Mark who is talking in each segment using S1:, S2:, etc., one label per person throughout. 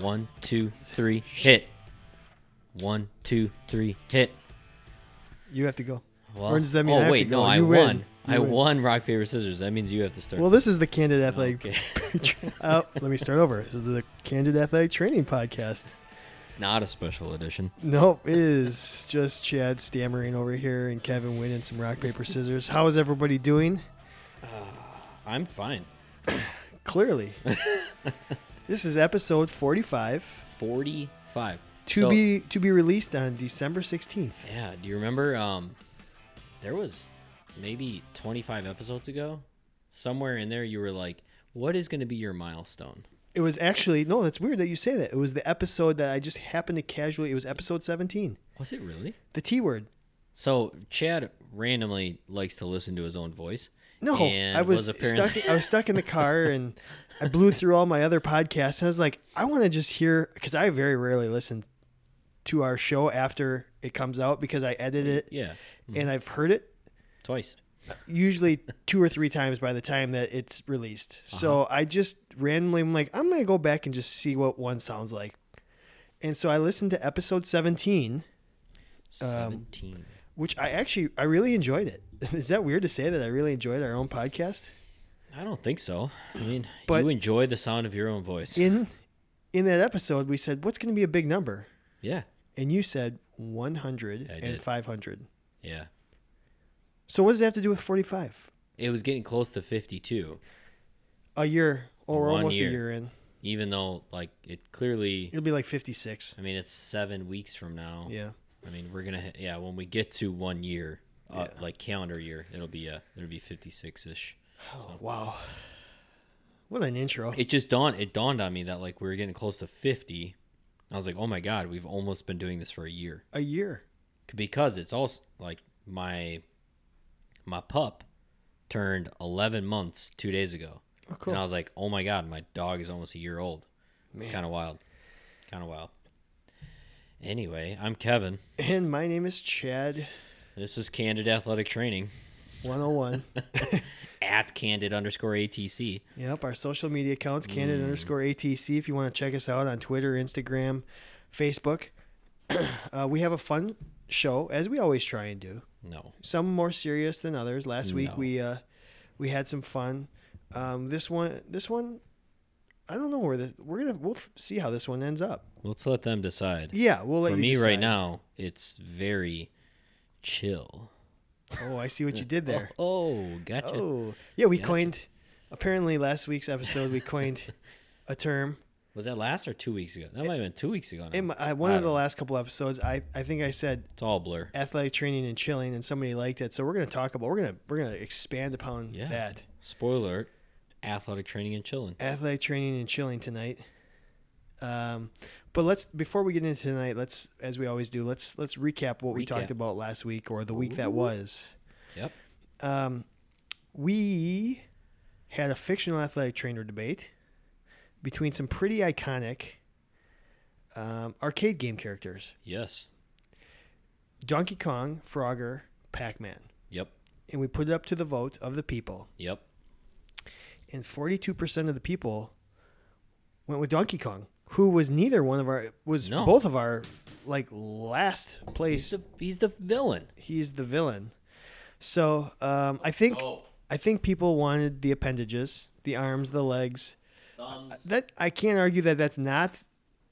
S1: One, two, three, hit. One, two, three, hit.
S2: You have to go.
S1: Well,
S2: Or does that mean
S1: oh
S2: I have to
S1: wait, no,
S2: go?
S1: I
S2: You win.
S1: won.
S2: You
S1: I
S2: win.
S1: won rock paper scissors. That means you have to start.
S2: Well, this is the Candid Athletic.
S1: Okay.
S2: oh, let me start over. This is the Candid Athletic Training Podcast.
S1: it's not a special edition.
S2: Nope, it is just Chad stammering over here and Kevin winning some rock paper scissors. How is everybody doing?
S1: I'm fine.
S2: Clearly, this is episode forty-five
S1: Forty-five.
S2: to
S1: So-
S2: be to be released on December sixteenth.
S1: Yeah. Do you remember? Um, there was maybe 25 episodes ago. Somewhere in there, you were like, "What is going to be your milestone?"
S2: It was actually no, that's weird that you say that. It was the episode that I just happened to casually. It was episode seventeen,
S1: Was it really?
S2: the T word.
S1: So Chad randomly likes to listen to his own voice.
S2: No,
S1: and
S2: I was,
S1: apparently-
S2: stuck. I was stuck in the car, and I blew through all my other podcasts. I was like, I want to just hear because I very rarely listen to our show after it comes out because I edit it
S1: yeah, Mm-hmm.
S2: and I've heard it
S1: twice.
S2: usually two or three times by the time that it's released.
S1: Uh-huh.
S2: So I just randomly am like, I'm gonna go back and just see what one sounds like. And so I listened to episode 17, Um,
S1: 17.
S2: which I actually I really enjoyed it. Is that weird to say that I really enjoyed our own podcast?
S1: I don't think so. I mean,
S2: but-
S1: you enjoy the sound of your own voice.
S2: in in that episode we said what's going to be a big number
S1: yeah.
S2: and you said 100
S1: I
S2: and
S1: did.
S2: 500
S1: Yeah.
S2: so what does that have to do with 45
S1: It was getting close to 52,
S2: a year or we're
S1: One
S2: almost
S1: year.
S2: a year in
S1: even though, like, it clearly,
S2: it'll be like 56
S1: I mean, it's seven weeks from now.
S2: yeah
S1: I mean, we're going to, yeah, when we get to one year, uh,
S2: Yeah.
S1: like calendar year, it'll be, uh, it'll be 56 ish.
S2: oh, wow what an intro
S1: It just dawned, it dawned on me that, like, we were getting close to 50. I was like, oh my God, we've almost been doing this for a year.
S2: a year
S1: because it's also like my my pup turned 11 months two days ago
S2: Oh, cool.
S1: and i was like oh my god my dog is almost a year old it's kind of wild kind of wild anyway i'm kevin
S2: and my name is chad
S1: this is candid athletic training
S2: 101
S1: at candid underscore atc
S2: yep our social media accounts
S1: Mm.
S2: candid underscore atc if you want to check us out on twitter instagram facebook uh, we have a fun show as we always try and do
S1: no
S2: some more serious than others. Last week
S1: No.
S2: we uh, we had some fun. Um, this one, this one, I don't know where the we're gonna we'll f- see how this one ends up.
S1: let's let them decide
S2: Yeah, we'll let
S1: for
S2: you
S1: me right
S2: decide.
S1: now it's very chill
S2: Oh, I see what you did there.
S1: oh gotcha
S2: Oh, yeah, we
S1: Gotcha.
S2: coined. Apparently, last week's episode we coined a term.
S1: was that last or two weeks ago that might have been two weeks ago now.
S2: In my, I- one
S1: I
S2: of the
S1: don't-
S2: last couple episodes, I I think I said
S1: it's all blur
S2: athletic training and chilling, and somebody liked it. So we're gonna talk about we're gonna we're gonna expand upon
S1: Yeah.
S2: that
S1: Spoiler alert, athletic training and chilling.
S2: athletic training and chilling tonight. Um, but let's before we get into tonight, let's as we always do, let's let's recap what we
S1: Recap.
S2: talked about last week or the week that was.
S1: Yep.
S2: Um, we had a fictional athletic trainer debate between some pretty iconic um, arcade game characters:
S1: Yes.
S2: Donkey Kong, Frogger, Pac-Man,
S1: Yep.
S2: and we put it up to the vote of the people,
S1: Yep.
S2: and forty-two percent of the people went with Donkey Kong, who was neither one of our was
S1: No.
S2: both of our like last
S1: He's
S2: place.
S1: the he's the villain.
S2: He's the villain. So um, I think I think people wanted the appendages, the arms, the legs. That I can't argue that that's not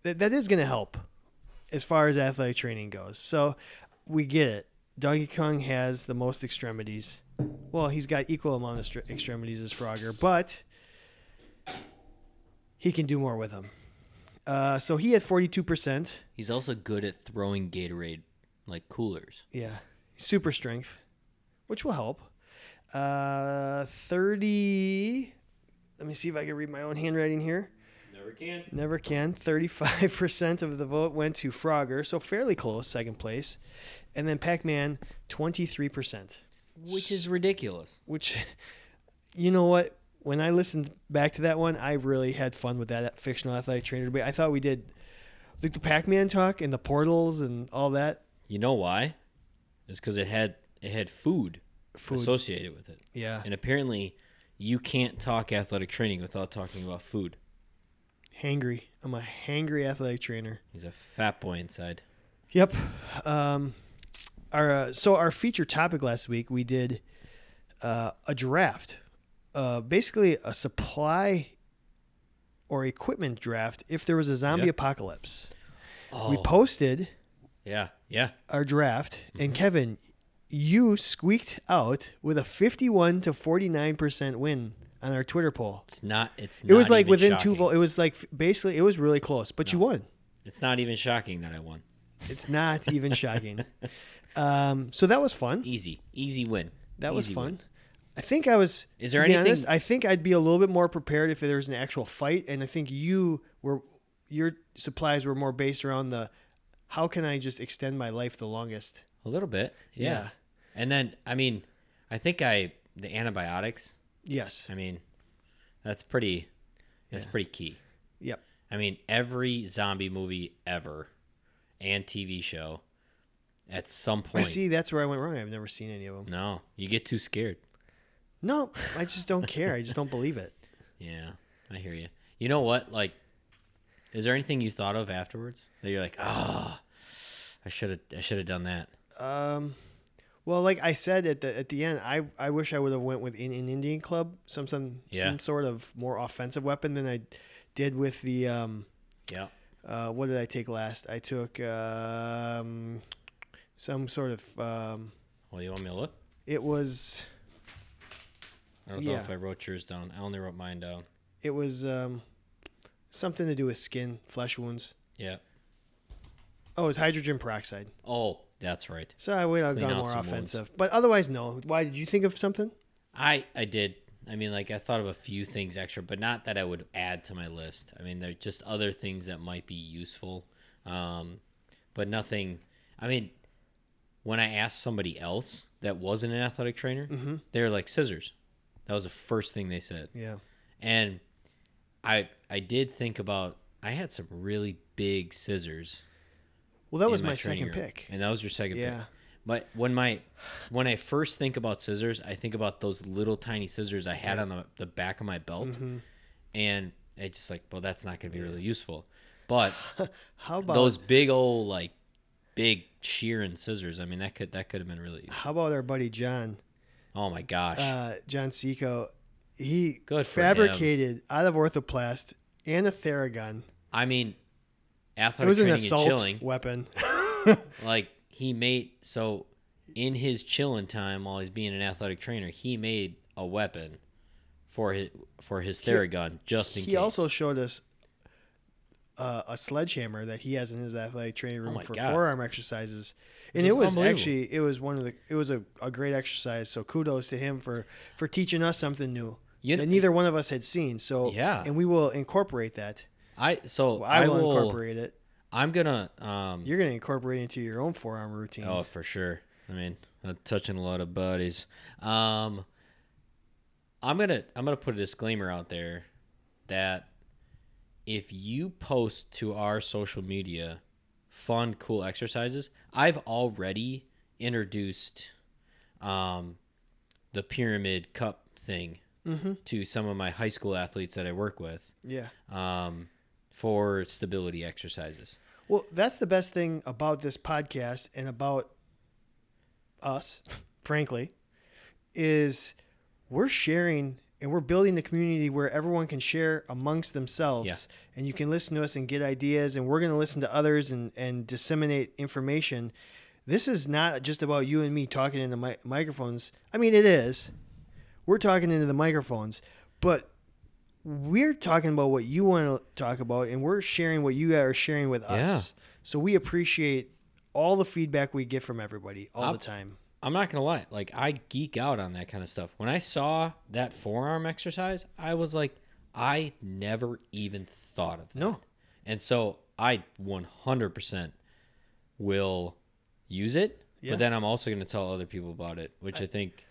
S2: that that is going to help as far as athletic training goes. So we get it. Donkey Kong has the most extremities. Well, he's got equal amount of stre- extremities as Frogger, but he can do more with them. Uh, so he had forty-two percent.
S1: He's also good at throwing Gatorade like coolers.
S2: Yeah. Super strength, which will help. Uh, 30. Let me see if I can read my own handwriting here.
S1: Never can.
S2: Never can. 35% of the vote went to Frogger, so fairly close, second place. And then Pac Man, 23%,
S1: Which is ridiculous.
S2: which, you know what? When I listened back to that one, I really had fun with that fictional athletic trainer debate. I thought we did like the Pac Man talk and the portals and all that.
S1: You know why? It's because it had it had food,
S2: Food.
S1: associated with it,
S2: Yeah.
S1: and apparently you can't talk athletic training without talking about food.
S2: hangry. I'm a hangry athletic trainer.
S1: He's a fat boy inside.
S2: Yep. Um, our uh, so our feature topic last week we did uh, a draft, uh, basically a supply or equipment draft. If there was a zombie
S1: Yep.
S2: apocalypse,
S1: Oh,
S2: we posted
S1: yeah, yeah.
S2: our draft,
S1: Mm-hmm.
S2: and Kevin, you squeaked out with a 51 to 49 percent win on our Twitter poll.
S1: It's not. It's.
S2: It was
S1: not
S2: like
S1: even
S2: within
S1: shocking.
S2: two votes. It was like f- basically it was really close, but you won.
S1: It's not even shocking that I won.
S2: It's not even shocking. Um, so that was fun.
S1: Easy, easy win.
S2: That was
S1: Easy
S2: fun.
S1: win.
S2: I think I was.
S1: Is
S2: to
S1: there
S2: be
S1: anything-
S2: honest, I think I'd be a little bit more prepared if there was an actual fight, and I think you were your supplies were more based around the how can I just extend my life the longest.
S1: A little bit. Yeah.
S2: Yeah.
S1: And then I mean, I think I the antibiotics.
S2: Yes.
S1: I mean, that's pretty. That's pretty key.
S2: Yep.
S1: I mean, every zombie movie ever and TV show at some
S2: I
S1: point.
S2: see. That's where I went wrong. I've never seen any of them.
S1: No, you get too scared.
S2: No, I just don't care. I just don't believe it.
S1: Yeah, I hear you. You know what? Like, is there anything you thought of afterwards that you're like, ah, I should have, I should have done that.
S2: Um, well, like I said at the at the end, I, I wish I would have went with in, an Indian club, some some
S1: Yeah.
S2: some sort of more offensive weapon than I did with the um.
S1: Yeah.
S2: Uh, what did I take last? I took um, some sort of um.
S1: Well, you want me to look?
S2: It was
S1: I don't know
S2: Yeah.
S1: if I wrote yours down. I only wrote mine down.
S2: it was um, something to do with skin flesh wounds.
S1: Yeah.
S2: Oh, it was hydrogen peroxide.
S1: Oh, that's right.
S2: So I would have
S1: Clean
S2: gone
S1: out
S2: more
S1: some wounds.
S2: offensive, but otherwise no. Why did you think of something?
S1: I I did. I mean, like I thought of a few things extra, but not that I would add to my list. I mean, they're just other things that might be useful, um, but nothing. I mean, when I asked somebody else that wasn't an athletic trainer, they were like scissors. That was the first thing they said,
S2: Yeah.
S1: and I I did think about. I had some really big scissors.
S2: Well, that
S1: in
S2: was my,
S1: training
S2: second
S1: room,
S2: pick.
S1: and that was your second pick.
S2: Yeah.
S1: My when my when I first think about scissors, I think about those little tiny scissors I had on the, the back of my belt,
S2: Mm-hmm.
S1: and it's just like, well, that's not going to be really useful. But
S2: How about
S1: those big old like big shearing scissors, I mean, that could that could have been really. useful.
S2: How about our buddy John?
S1: Oh my gosh!
S2: Uh, John Seco. He
S1: Good for him.
S2: fabricated out of orthoplast and a theragun.
S1: I mean,
S2: It
S1: athletic
S2: was an
S1: training and
S2: assault
S1: chilling,
S2: weapon.
S1: like he made so in his chilling time while he's being an athletic trainer, he made a weapon for his for his theragun just in
S2: he
S1: case.
S2: also showed us uh, a sledgehammer that he has in his athletic training room
S1: Oh my
S2: for
S1: God.
S2: forearm exercises. And
S1: It
S2: it
S1: was
S2: was
S1: unbelievable.
S2: actually it was one of the it was a, a great exercise. So kudos to him for for teaching us something new
S1: You-
S2: that neither one of us had seen. So
S1: Yeah.
S2: and we will incorporate that.
S1: I so
S2: I, will, incorporate it.
S1: I'm gonna um
S2: You're going to incorporate it into your own forearm routine.
S1: oh for sure. I mean, I'm touching a lot of buddies. Um I'm gonna I'm gonna put a disclaimer out there that if you post to our social media fun, cool exercises, I've already introduced um the pyramid cup thing to some of my high school athletes that I work with
S2: Yeah.
S1: um for stability exercises.
S2: Well, that's the best thing about this podcast and about us, frankly, is we're sharing and we're building the community where everyone can share amongst themselves and you can listen to us and get ideas and we're going to listen to others and, and disseminate information. This is not just about you and me talking into mi- microphones. I mean, it is. We're talking into the microphones, but we're talking about what you want to talk about and we're sharing what you are sharing with us. So we appreciate all the feedback we get from everybody all the time.
S1: I'm not gonna lie, like I geek out on that kind of stuff. When I saw that forearm exercise, I was like, I never even thought of that.
S2: No.
S1: And so I 100% will use it,
S2: Yeah.
S1: but then I'm also gonna tell other people about it, which I, think,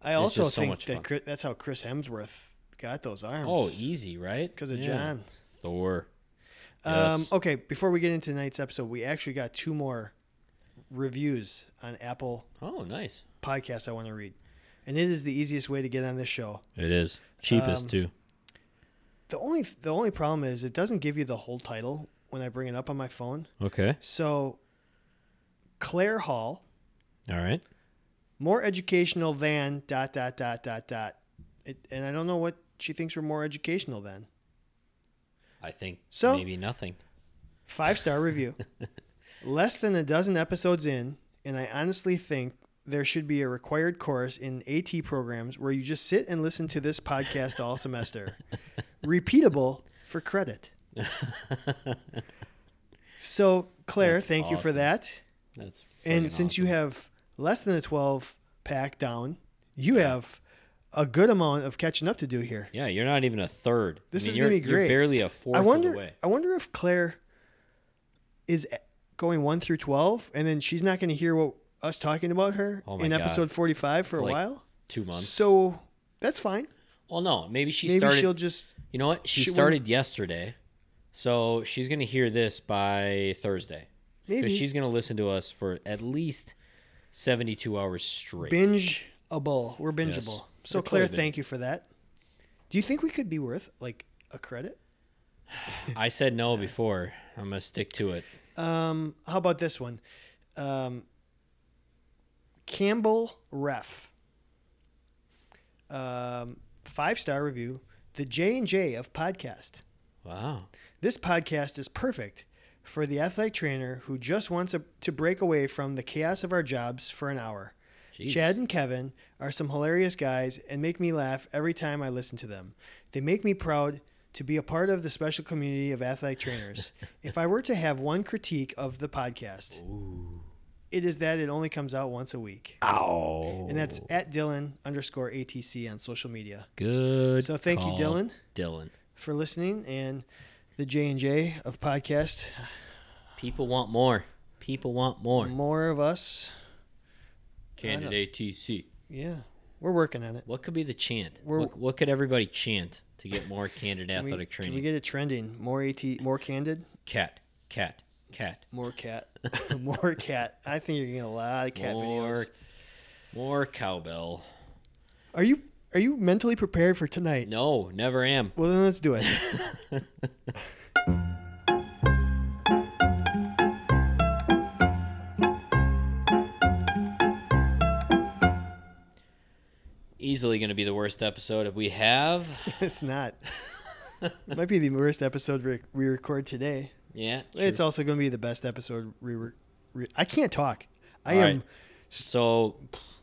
S2: I also
S1: just so
S2: think
S1: much fun.
S2: that Chris, that's how Chris Hemsworth got those arms.
S1: oh, easy, right?
S2: because of
S1: Yeah.
S2: John.
S1: Thor.
S2: Um,
S1: Yes.
S2: okay, before we get into tonight's episode, we actually got two more reviews on Apple
S1: Oh, nice.
S2: podcasts I want to read. And it is the easiest way to get on this show.
S1: It is. Cheapest,
S2: Um,
S1: too.
S2: the only the only problem is it doesn't give you the whole title when I bring it up on my phone.
S1: Okay.
S2: So Claire Hall,
S1: All right.
S2: more educational than dot dot dot dot dot. It, and I don't know what she thinks we're more educational than.
S1: I think
S2: So-
S1: maybe nothing.
S2: Five star review. Less than a dozen episodes in, and I honestly think there should be a required course in AT programs where you just sit and listen to this podcast all semester. Repeatable for credit. so, Claire,
S1: That's
S2: thank you for
S1: awesome.
S2: that.
S1: That's friggin'
S2: And since you
S1: awesome.
S2: have less than a 12 pack down, you have a good amount of catching up to do here.
S1: yeah, you're not even a third. I
S2: This
S1: mean,
S2: is gonna
S1: you're-
S2: be
S1: You're
S2: great.
S1: barely a fourth
S2: I
S1: of the
S2: wonder.
S1: way.
S2: I wonder if Claire is a- going one through twelve, and then she's not going to hear what us talking about her
S1: Oh my
S2: in
S1: God.
S2: episode forty-five for a
S1: Like,
S2: while.
S1: Two months.
S2: So that's fine.
S1: Well, no, maybe she
S2: Maybe
S1: started.
S2: she'll just.
S1: You know what? She,
S2: She wins-
S1: started yesterday, so she's gonna hear this by Thursday.
S2: Maybe.
S1: Because she's gonna listen to us for at least seventy-two hours straight.
S2: bingeable. We're bingeable.
S1: Yes.
S2: So
S1: We're
S2: Claire,
S1: totally
S2: thank you for that. Do you think we could be worth like a credit?
S1: I said no before. I'm gonna stick to it.
S2: Um, how about this one? Um, Campbell Ref. Um, five star review. The J and J of podcast.
S1: Wow.
S2: This podcast is perfect for the athletic trainer who just wants a, to break away from the chaos of our jobs for an hour.
S1: Jesus.
S2: Chad and Kevin are some hilarious guys and make me laugh every time I listen to them. They make me proud to be a part of the special community of athletic trainers. if I were to have one critique of the podcast, it is that it only comes out once a week.
S1: Ow.
S2: And that's at Dylan underscore ATC on social media.
S1: good.
S2: So thank you,
S1: call,
S2: Dylan.
S1: Dylan.
S2: For listening and the J and J of podcast.
S1: People want more. People want more.
S2: More of us.
S1: Candidate TC.
S2: Yeah. We're working on it.
S1: What could be the chant?
S2: We're-
S1: What, what could everybody chant to get more candid
S2: Can we-
S1: athletic
S2: Can we
S1: training?
S2: get it trending? More AT more candid?
S1: cat, cat, cat.
S2: More cat. More cat. I think you're getting a lot of cat
S1: More,
S2: videos.
S1: more cowbell.
S2: Are you are you mentally prepared for tonight?
S1: No, never am.
S2: Well then let's do it.
S1: Easily going to be the worst episode if we have.
S2: it's not. Might be the worst episode we, we record today.
S1: Yeah.
S2: It's
S1: true.
S2: also going to be the best episode we re, re, I can't talk. I
S1: All
S2: am
S1: right. So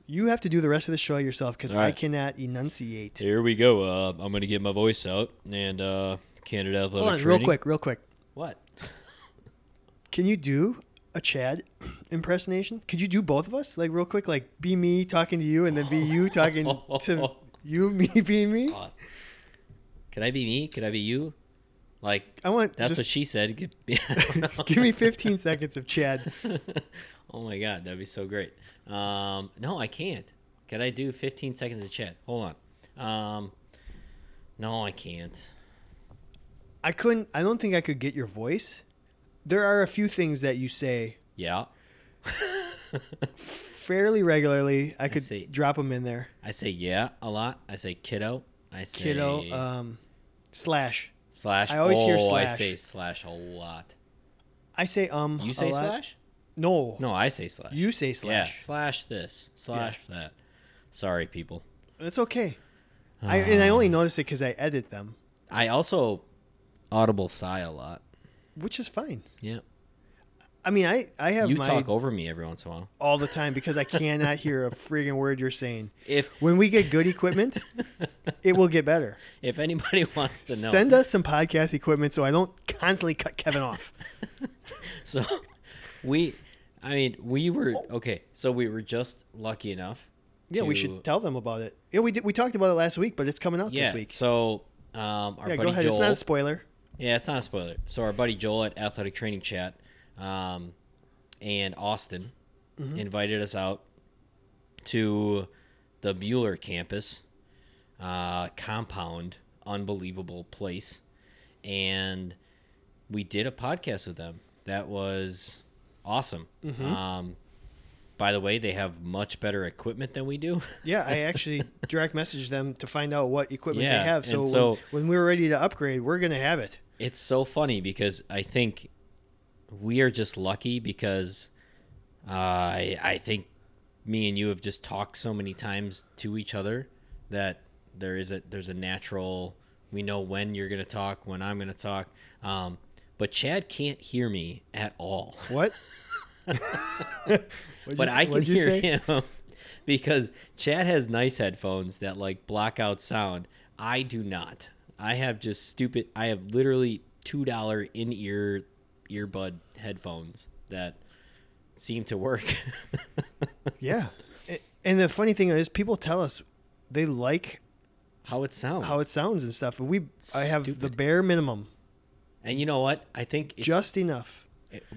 S2: you have to do the rest of the show yourself cuz
S1: All
S2: I
S1: right.
S2: cannot enunciate.
S1: here we go. Uh, I'm going to get my voice out and uh, candid athletic
S2: Hold on,
S1: training.
S2: real quick, real quick.
S1: What?
S2: Can you do a Chad impersonation? Could you do both of us, like real quick, like be me talking to you, and then be you talking to you, me being me?
S1: God. Could I be me? Could I be you? Like
S2: I want
S1: that's what
S2: just
S1: she said. Could be- I don't know.
S2: give me 15 seconds of Chad.
S1: oh my god, that'd be so great. Um, no, I can't. Could I do 15 seconds of chat? Hold on. Um, no, I can't.
S2: I couldn't. I don't think I could get your voice. There are a few things that you say
S1: Yeah,
S2: fairly regularly. I could
S1: see.
S2: drop them in there.
S1: I say yeah a lot. I say kiddo. I say
S2: Kiddo, um, slash.
S1: slash.
S2: I always hear
S1: Oh, I
S2: slash.
S1: say slash a lot.
S2: I say um.
S1: You
S2: a
S1: say
S2: lot.
S1: slash?
S2: No.
S1: No, I say slash.
S2: You say
S1: Yeah,
S2: slash.
S1: slash this, slash that. Sorry, people.
S2: It's okay. I and I
S1: Ah.
S2: only notice it because I edit them,
S1: I also audible sigh a lot.
S2: which is fine.
S1: Yeah.
S2: I mean, I I have
S1: You
S2: my
S1: talk over me every once in a while.
S2: all the time because I cannot hear a friggin' word you're saying.
S1: If
S2: When we get good equipment, it will get better.
S1: if anybody wants to know,
S2: Send us some podcast equipment so I don't constantly cut Kevin off.
S1: so we, I mean, we were okay. So we were just lucky enough.
S2: Oh. Yeah, we
S1: to-
S2: should tell them about it. Yeah, we did, we talked about it last week, but it's coming out
S1: Yeah.
S2: this week.
S1: So um, our
S2: Yeah,
S1: buddy
S2: go ahead.
S1: Joel.
S2: It's not a spoiler.
S1: Yeah, it's not a spoiler. So our buddy Joel at Athletic Training Chat, um, and Austin invited us out to the Bueller campus uh, compound, unbelievable place, and we did a podcast with them. That was awesome. Um, By the way, they have much better equipment than we do.
S2: Yeah, I actually direct messaged them to find out what equipment
S1: Yeah,
S2: they have. So,
S1: and
S2: when-
S1: so-
S2: when, we're ready to upgrade, we're gonna have it.
S1: It's so funny because I think we are just lucky because uh, I I think me and you have just talked so many times to each other that there is a there's a natural we know when you're gonna talk when I'm gonna talk. Um, but Chad can't hear me at all.
S2: What? What'd
S1: but
S2: you-
S1: I can
S2: what'd you
S1: hear
S2: say?
S1: him because Chad has nice headphones that like block out sound. I do not. I have just stupid. I have literally two dollar in ear earbud headphones that seem to work.
S2: Yeah. A- And the funny thing is, people tell us they like
S1: how it sounds.
S2: how it sounds and stuff, and we I have the
S1: Stupid.
S2: bare minimum,
S1: and you know what? I think it's,
S2: just enough.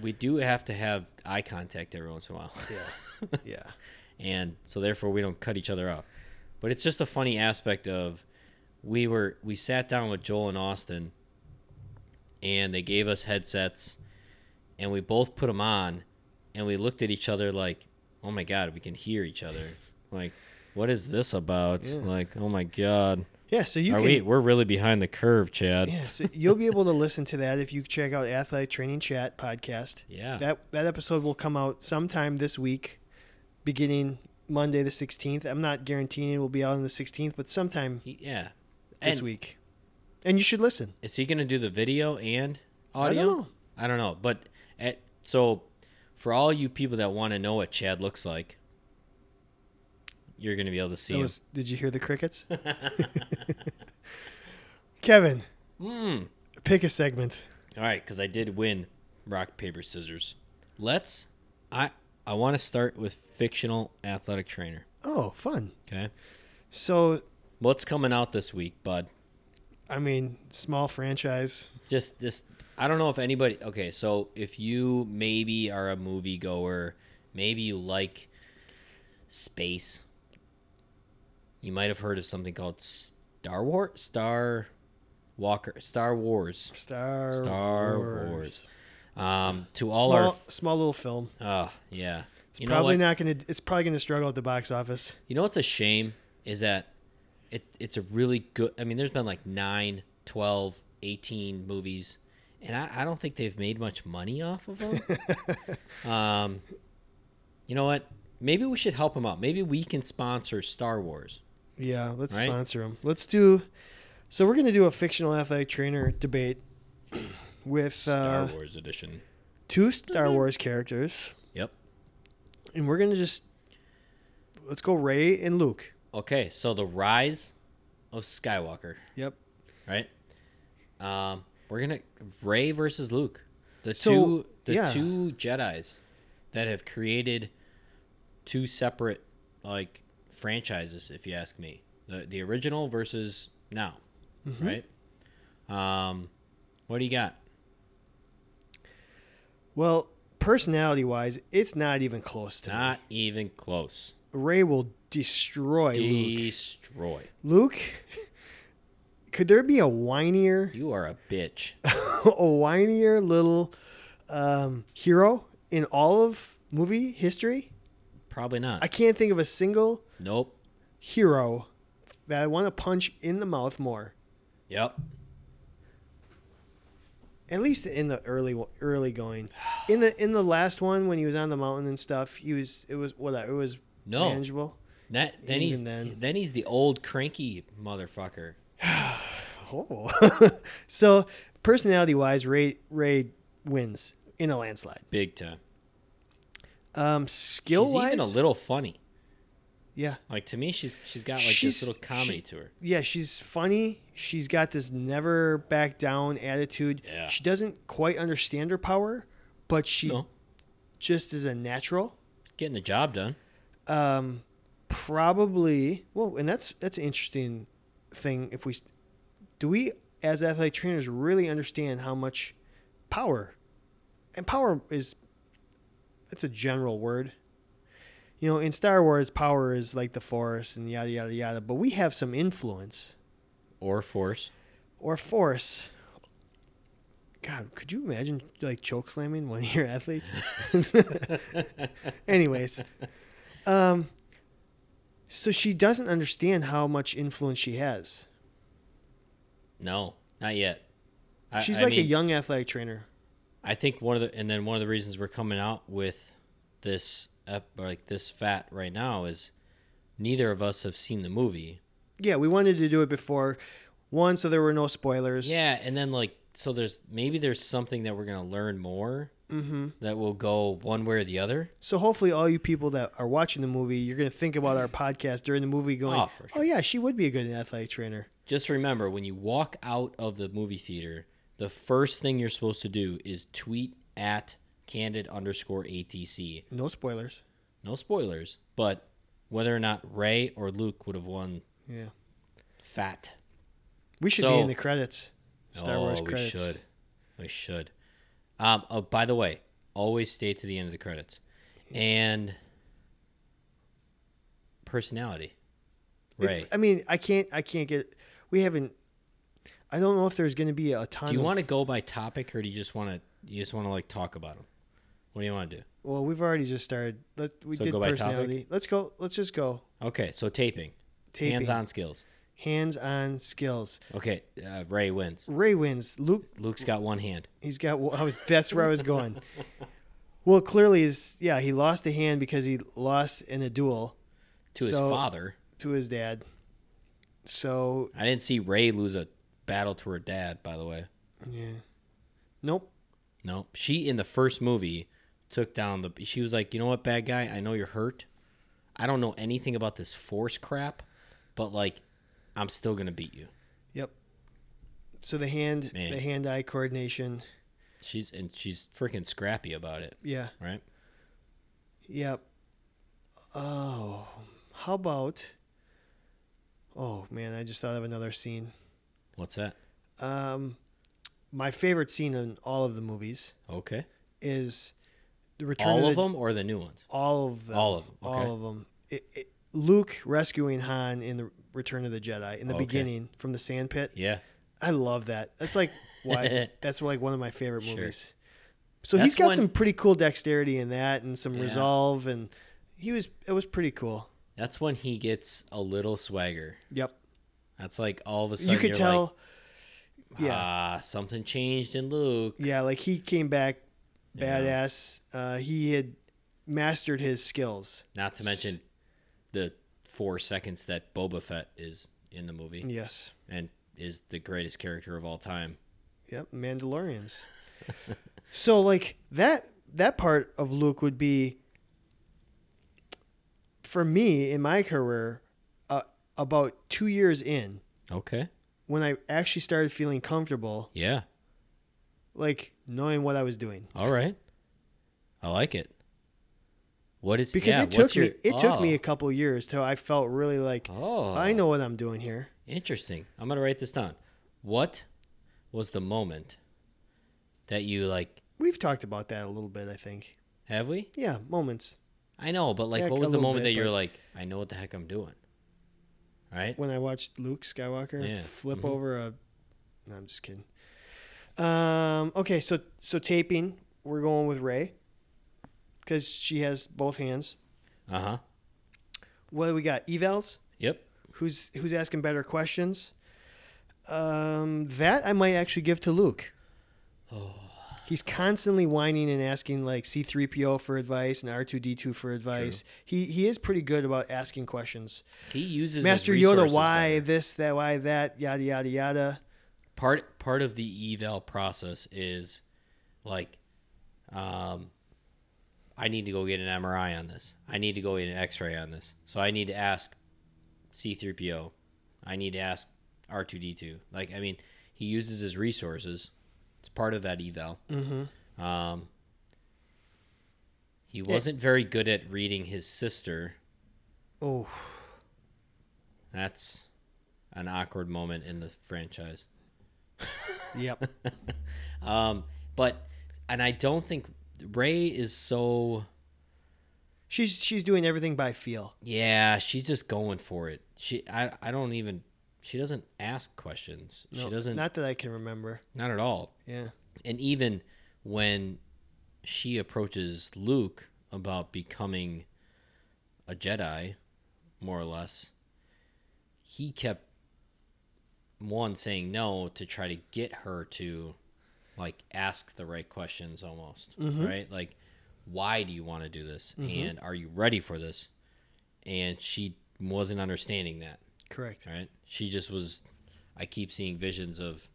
S1: we do have to have eye contact every once in a while.
S2: Yeah. Yeah.
S1: and so therefore we don't cut each other off. But it's just a funny aspect of we were we sat down with Joel and Austin, and they gave us headsets, and we both put them on, and we looked at each other like, "Oh my god, we can hear each other!" Like, what is this about?
S2: Yeah.
S1: Like, oh my god,
S2: Yeah. So you
S1: are
S2: can.
S1: we we're really behind the curve, Chad?
S2: Yeah, so you'll be able to listen to that if you check out Athletic Training Chat podcast.
S1: Yeah.
S2: That that episode will come out sometime this week, beginning Monday the 16th. I'm not guaranteeing it will be out on the 16th, but sometime
S1: He- yeah.
S2: this
S1: And-
S2: week. And you should listen.
S1: Is he going to do the video and
S2: don't
S1: audio?
S2: know.
S1: I don't know. But at, so, for all you people that want to know what Chad looks like, you're going to be able to see
S2: That
S1: him.
S2: was, did you hear the crickets? Kevin,
S1: Mm.
S2: pick a segment.
S1: All right, because I did win rock paper scissors. Let's. I I want to start with fictional athletic trainer.
S2: Oh, fun.
S1: Okay,
S2: So,
S1: what's coming out this week, bud?
S2: I mean, small franchise.
S1: just this i don't know if anybody okay so if you maybe are a moviegoer maybe you like space you might have heard of something called star war star walker star wars
S2: Star,
S1: star wars, um to all
S2: small,
S1: our
S2: small little film.
S1: oh yeah
S2: It's
S1: you know
S2: probably
S1: what
S2: not going to. It's probably going to struggle at the box office.
S1: you know what's a shame is that it it's a really good i mean there's been like 9 12 18 movies and i, I don't think they've made much money off of them Um, you know what? Maybe we should help him out. Maybe we can sponsor Star Wars.
S2: Yeah, let's
S1: Right?
S2: sponsor them. Let's do. So we're going to do a fictional athletic trainer debate with uh,
S1: Wars Mm-hmm. edition.
S2: two Star Wars characters,
S1: Yep.
S2: and we're going to just let's go Ray and Luke.
S1: Okay, so the rise of Skywalker,
S2: Yep.
S1: right? Um, we're gonna Ray versus Luke, the
S2: So,
S1: two the
S2: yeah.
S1: two Jedi's that have created two separate like franchises, if you ask me. The the original versus now,
S2: Mm-hmm.
S1: right? Um, what do you got?
S2: Well, personality wise, it's not even close to
S1: Not even close.
S2: Ray will destroy Luke.
S1: Destroy.
S2: Luke, could there be a whinier,
S1: You are a bitch.
S2: a whinier little um, hero in all of movie history?
S1: Probably not.
S2: I can't think of a single
S1: nope.
S2: hero that I want to punch in the mouth more.
S1: Yep.
S2: At least in the early early going, in the in the last one when he was on the mountain and stuff, he was it was what it was
S1: No.
S2: manageable.
S1: That then
S2: Even
S1: he's
S2: then.
S1: then. he's the old cranky motherfucker.
S2: Oh, so personality wise, Ray Ray wins in a landslide.
S1: Big time.
S2: Um, skill
S1: she's
S2: wise,
S1: even a little funny.
S2: yeah,
S1: Like to me, she's she's got like
S2: She's-
S1: this little comedy
S2: she's-
S1: to her.
S2: yeah, she's funny. She's got this never back down attitude.
S1: Yeah.
S2: She doesn't quite understand her power, but she
S1: No,
S2: just is a natural.
S1: getting the job done.
S2: um, probably well, and that's that's an interesting thing. If we do we as athletic trainers really understand how much power and power is that's a general word. You know, in Star Wars, power is like the force and yada yada yada, but we have some influence
S1: Or force.
S2: or force God, could you imagine like choke slamming one of your athletes? Anyways, um, so she doesn't understand how much influence she has.
S1: No, not yet. I,
S2: She's
S1: I
S2: like a
S1: mean,
S2: young athletic trainer.
S1: I think one of the and then one of the reasons we're coming out with this up or like this fat right now is neither of us have seen the movie.
S2: Yeah, we wanted to do it before one, so there were no spoilers.
S1: Yeah, and then like so there's maybe there's something that we're gonna learn more
S2: Mm-hmm.
S1: that will go one way or the other.
S2: So hopefully, all you people that are watching the movie, you're going to think about our podcast during the movie, going,
S1: Oh,
S2: "Oh,
S1: for sure.
S2: yeah, she would be a good athletic trainer."
S1: Just remember when you walk out of the movie theater, the first thing you're supposed to do is tweet at candid underscore ATC.
S2: No spoilers.
S1: No spoilers, but whether or not Ray or Luke would have won
S2: Yeah,
S1: fat.
S2: we should
S1: So- Oh,
S2: be in the credits. Star Wars credits.
S1: We should. We should. Um, oh, by the way, always stay to the end of the credits. And personality.
S2: It's-
S1: Ray.
S2: I mean, I can't. I can't get. We haven't. I don't know if there's going to be a ton.
S1: Do you
S2: of-
S1: want to go by topic or do you just want to you just want to like talk about them? What do you want to do?
S2: Well, we've already just started. Let we
S1: So
S2: did
S1: go by
S2: personality. Let's go. Let's just go.
S1: Okay, so taping.
S2: Taping.
S1: Hands-on skills.
S2: Hands-on skills.
S1: Okay, uh, Ray wins.
S2: Ray wins. Luke.
S1: Luke's got one hand.
S2: He's got. well, I was. That's where I was going. well, clearly, is yeah. He lost a hand because he lost in a duel
S1: To his
S2: So-
S1: father.
S2: to his dad. So
S1: I didn't see Ray lose a battle to her dad, by the way.
S2: yeah. Nope.
S1: No, she in the first movie took down the. She was like, you know what, bad guy, I know you're hurt. I don't know anything about this force crap, but like, I'm still gonna beat you.
S2: Yep. So the hand,
S1: Man.
S2: the hand-eye coordination.
S1: She's and she's freaking scrappy about it,
S2: Yeah.
S1: right?
S2: Yep. Oh, how about? Oh man, I just thought of another scene.
S1: What's that?
S2: Um, my favorite scene in all of the movies
S1: Okay,
S2: is the return
S1: all
S2: of,
S1: of
S2: the,
S1: them or the new ones?
S2: All of them.
S1: All of 'em, okay.
S2: All of them. It, it, Luke rescuing Han in the Return of the Jedi in the
S1: Okay.
S2: beginning from the sand pit.
S1: Yeah,
S2: I love that. That's like why. that's like one of my favorite
S1: Sure.
S2: movies. So
S1: That's
S2: he's got
S1: when-
S2: some pretty cool dexterity in that, and some
S1: Yeah.
S2: resolve, and he was it was pretty cool.
S1: that's when he gets a little swagger.
S2: Yep.
S1: That's like all of a sudden
S2: you could
S1: are
S2: tell.
S1: Like,
S2: yeah,
S1: ah, something changed in Luke.
S2: yeah. Like he came back
S1: Yeah.
S2: badass. Uh, he had mastered his skills.
S1: Not to mention the four seconds that Boba Fett is in the movie.
S2: Yes.
S1: and is the greatest character of all time.
S2: Yep. Mandalorians. so like that that part of Luke would be for me in my career uh, about two years in
S1: Okay.
S2: when I actually started feeling comfortable,
S1: Yeah.
S2: like knowing what I was doing.
S1: All right. I like it. What is
S2: Because
S1: yeah,
S2: it
S1: what's
S2: took me
S1: your-
S2: it took me
S1: oh.
S2: a couple years till I felt really like
S1: Oh,
S2: I know what I'm doing here.
S1: Interesting. I'm gonna write this down. What was the moment that you like?
S2: We've talked about that a little bit, I think.
S1: Have we?
S2: Yeah, moments
S1: I know, but like,
S2: Yeah,
S1: what
S2: a
S1: was the
S2: little
S1: moment
S2: bit,
S1: that you're
S2: but-
S1: like, I know what the heck I'm doing? Right.
S2: when I watched Luke Skywalker
S1: Yeah,
S2: flip
S1: mhm.
S2: over a. No, I'm just kidding. Um. Okay. So so taping, we're going with Ray, because she has both hands.
S1: Uh huh.
S2: What do we got? Evals.
S1: Yep.
S2: Who's who's asking better questions? Um. That I might actually give to Luke. Oh. He's constantly whining and asking like C3PO for advice and R2D2 for advice. He he is pretty good about asking questions.
S1: He uses his
S2: Master Yoda,
S1: resources
S2: why
S1: better.
S2: this, that, why that, yada yada yada.
S1: part part of the eval process is like um I need to go get an MRI on this. I need to go get an x-ray on this. So I need to ask C3PO. I need to ask R2D2. Like I mean, he uses his resources. It's part of that eval.
S2: Mm-hmm.
S1: Um he wasn't very good at reading his sister.
S2: Oh,
S1: That's an awkward moment in the franchise.
S2: yep.
S1: Um, but and I don't think Ray is so.
S2: she's she's doing everything by feel.
S1: Yeah, she's just going for it. She, I, I don't even. She doesn't ask questions.
S2: No,
S1: she doesn't. Not,
S2: Not that I can remember.
S1: at all.
S2: Yeah.
S1: and even when she approaches Luke about becoming a Jedi, more or less, he kept one saying no to try to get her to like ask the right questions almost, right? Like, why do you want to do this? And are you ready for this? And she wasn't understanding that.
S2: Correct.
S1: Right? She just was. I keep seeing visions of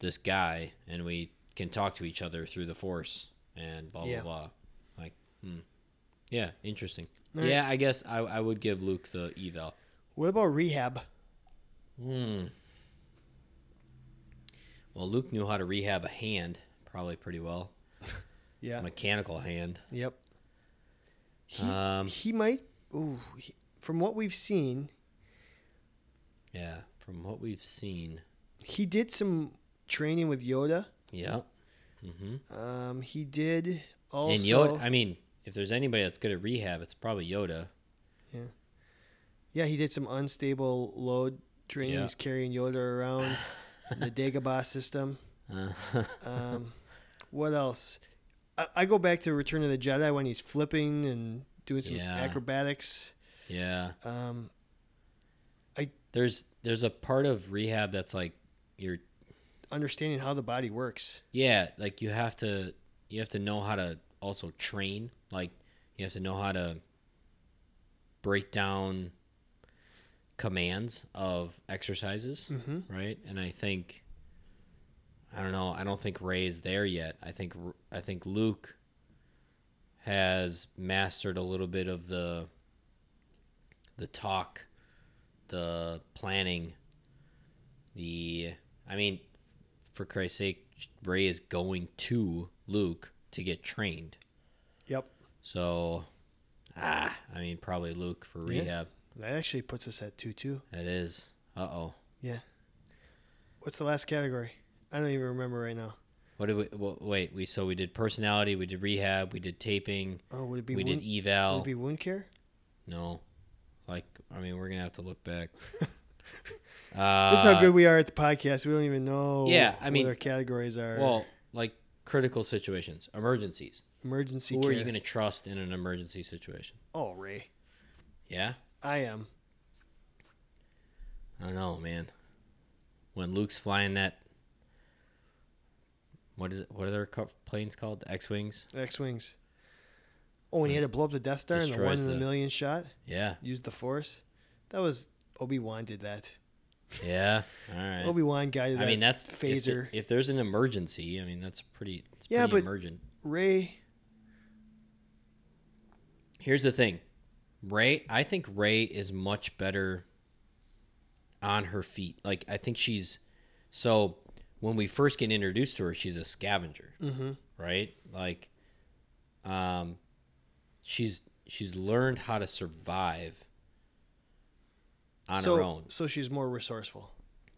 S1: this guy, and we can talk to each other through the force and blah blah
S2: Yeah.
S1: blah. Like, hmm. yeah, interesting. Yeah, I guess I, I would give Luke the eval.
S2: What about rehab?
S1: Well, Luke knew how to rehab a hand probably pretty well,
S2: Yeah.
S1: a mechanical hand.
S2: yep. He's,
S1: Um,
S2: he might. Ooh, he, from what we've seen,
S1: Yeah, from what we've seen.
S2: he did some training with Yoda.
S1: Yeah,
S2: Um, he did also.
S1: and Yoda. I mean, if there's anybody that's good at rehab, it's probably Yoda.
S2: yeah, he did some unstable load training.
S1: Yeah.
S2: He's carrying Yoda around the Dagobah system.
S1: Uh,
S2: Um, what else? I, I go back to Return of the Jedi when he's flipping and doing some
S1: Yeah.
S2: acrobatics.
S1: yeah,
S2: Um,
S1: there's there's a part of rehab that's like you're
S2: understanding how the body works.
S1: yeah like you have to you have to know how to also train like you have to know how to break down commands of exercises right and i think i don't know i don't think ray is there yet i think R- i think luke has mastered a little bit of the the talk the planning the i mean for christ's sake ray is going to luke to get trained
S2: Yep.
S1: so ah i mean probably luke for
S2: Yeah.
S1: rehab
S2: That actually puts us at 2 2.
S1: that is uh-oh
S2: Yeah. What's the last category? I don't even remember right now.
S1: What did we? wha- wait, we so we did personality, we did rehab, we did taping,
S2: Oh, would it be
S1: we
S2: wound,
S1: did E eval.
S2: would it be wound care?
S1: no, like I mean, we're gonna have to look back.
S2: This is
S1: Uh,
S2: how good we are at the podcast. We don't even know
S1: Yeah, I mean-
S2: what our categories are.
S1: Well, like critical situations, emergencies.
S2: Emergency
S1: Who
S2: care.
S1: are you gonna trust in an emergency situation?
S2: Oh, Ray.
S1: Yeah,
S2: I am.
S1: I don't know, man. When Luke's flying that, what is it? What are their co- planes called? The X-wings.
S2: X Wings. Oh, and he had to blow up the Death Star in the one
S1: Hmm. Destroys
S2: in a
S1: the-
S2: million shot?
S1: Yeah,
S2: Used the Force? That was. Obi Wan did that.
S1: yeah. All right.
S2: Obi Wan guided
S1: I mean,
S2: that
S1: that's if the-
S2: phaser.
S1: If, there's an emergency, I mean, that's pretty. It's
S2: Yeah,
S1: pretty
S2: but-
S1: emergent.
S2: Ray.
S1: Here's the thing. Ray, I think Ray is much better on her feet. Like I think she's so when we first get introduced to her, she's a scavenger,
S2: hmm
S1: right? Like um she's she's learned how to survive on
S2: so,
S1: her own.
S2: So she's more resourceful.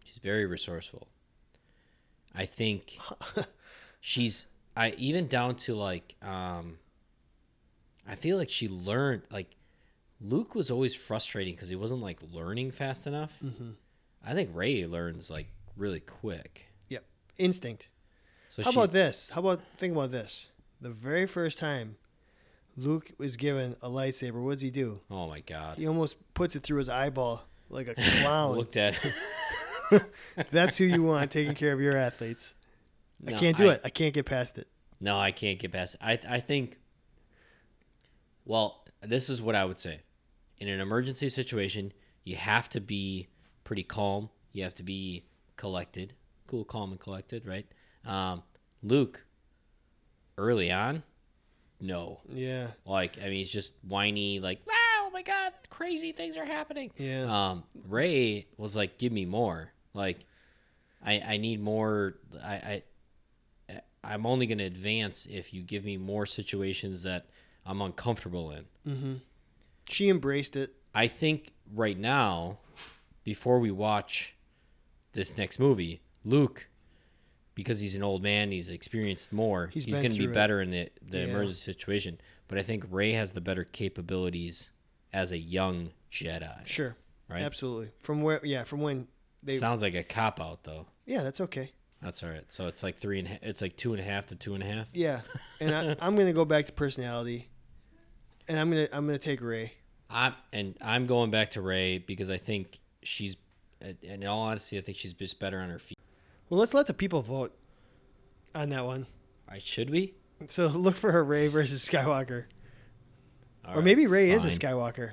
S1: She's very resourceful. I think she's I even down to like um I feel like she learned like Luke was always frustrating because he wasn't like learning fast enough.
S2: Mm-hmm.
S1: I think Ray learns like really quick.
S2: Yep. Instinct.
S1: So
S2: How
S1: she,
S2: about this? How about think about this? The very first time Luke was given a lightsaber, what does he do?
S1: oh my god,
S2: He almost puts it through his eyeball like a clown.
S1: looked at
S2: That's who you want taking care of your athletes. I
S1: No,
S2: can't do
S1: I-
S2: it. I can't get past it.
S1: No, I can't get past. I I think. Well, this is what I would say. In an emergency situation, you have to be pretty calm. You have to be collected, cool, calm, and collected, right? Um, Luke, early on, no,
S2: Yeah.
S1: like I mean, he's just whiny, like, wow, oh my god, crazy things are happening.
S2: Yeah.
S1: Um, Ray was like, "Give me more. Like, I I need more. I I I'm only gonna advance if you give me more situations that I'm uncomfortable in."
S2: She embraced it.
S1: I think right now, before we watch this next movie, Luke, because he's an old man, he's experienced more.
S2: He's
S1: He's,
S2: been
S1: going to be
S2: through it.
S1: better in the the
S2: Yeah.
S1: emergency situation. But I think Ray has the better capabilities as a young Jedi.
S2: Sure.
S1: Right.
S2: Absolutely. From where yeah, from when they
S1: Sounds like a cop out though.
S2: Yeah, that's okay.
S1: That's all right. So it's like three and a- it's like two and a half to two and a half.
S2: Yeah, and I, I'm gonna go back to personality, and I'm gonna I'm gonna take Ray.
S1: I and I'm going back to Ray because I think she's, and in all honesty, I think she's just better on her feet.
S2: Well, let's let the people vote on that one.
S1: All right, should we?
S2: So look for her Ray versus Skywalker,
S1: All
S2: or
S1: right,
S2: maybe Ray is
S1: fine.
S2: a Skywalker.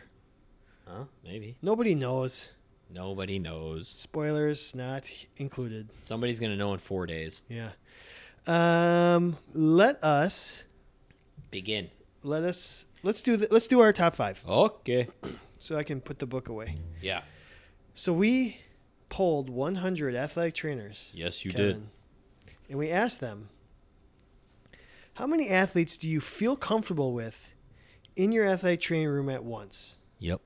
S1: Huh? Maybe.
S2: Nobody knows.
S1: Nobody knows.
S2: Spoilers not included.
S1: Somebody's gonna know in four days.
S2: Yeah. Um. Let us.
S1: Begin.
S2: Let us. Let's do. The, let's do our top five,
S1: Okay.
S2: so I can put the book away.
S1: Yeah.
S2: So we polled 100 athletic trainers.
S1: Yes, you did.
S2: Kevin. And we asked them, how many athletes do you feel comfortable with in your athletic training room at once?
S1: Yep.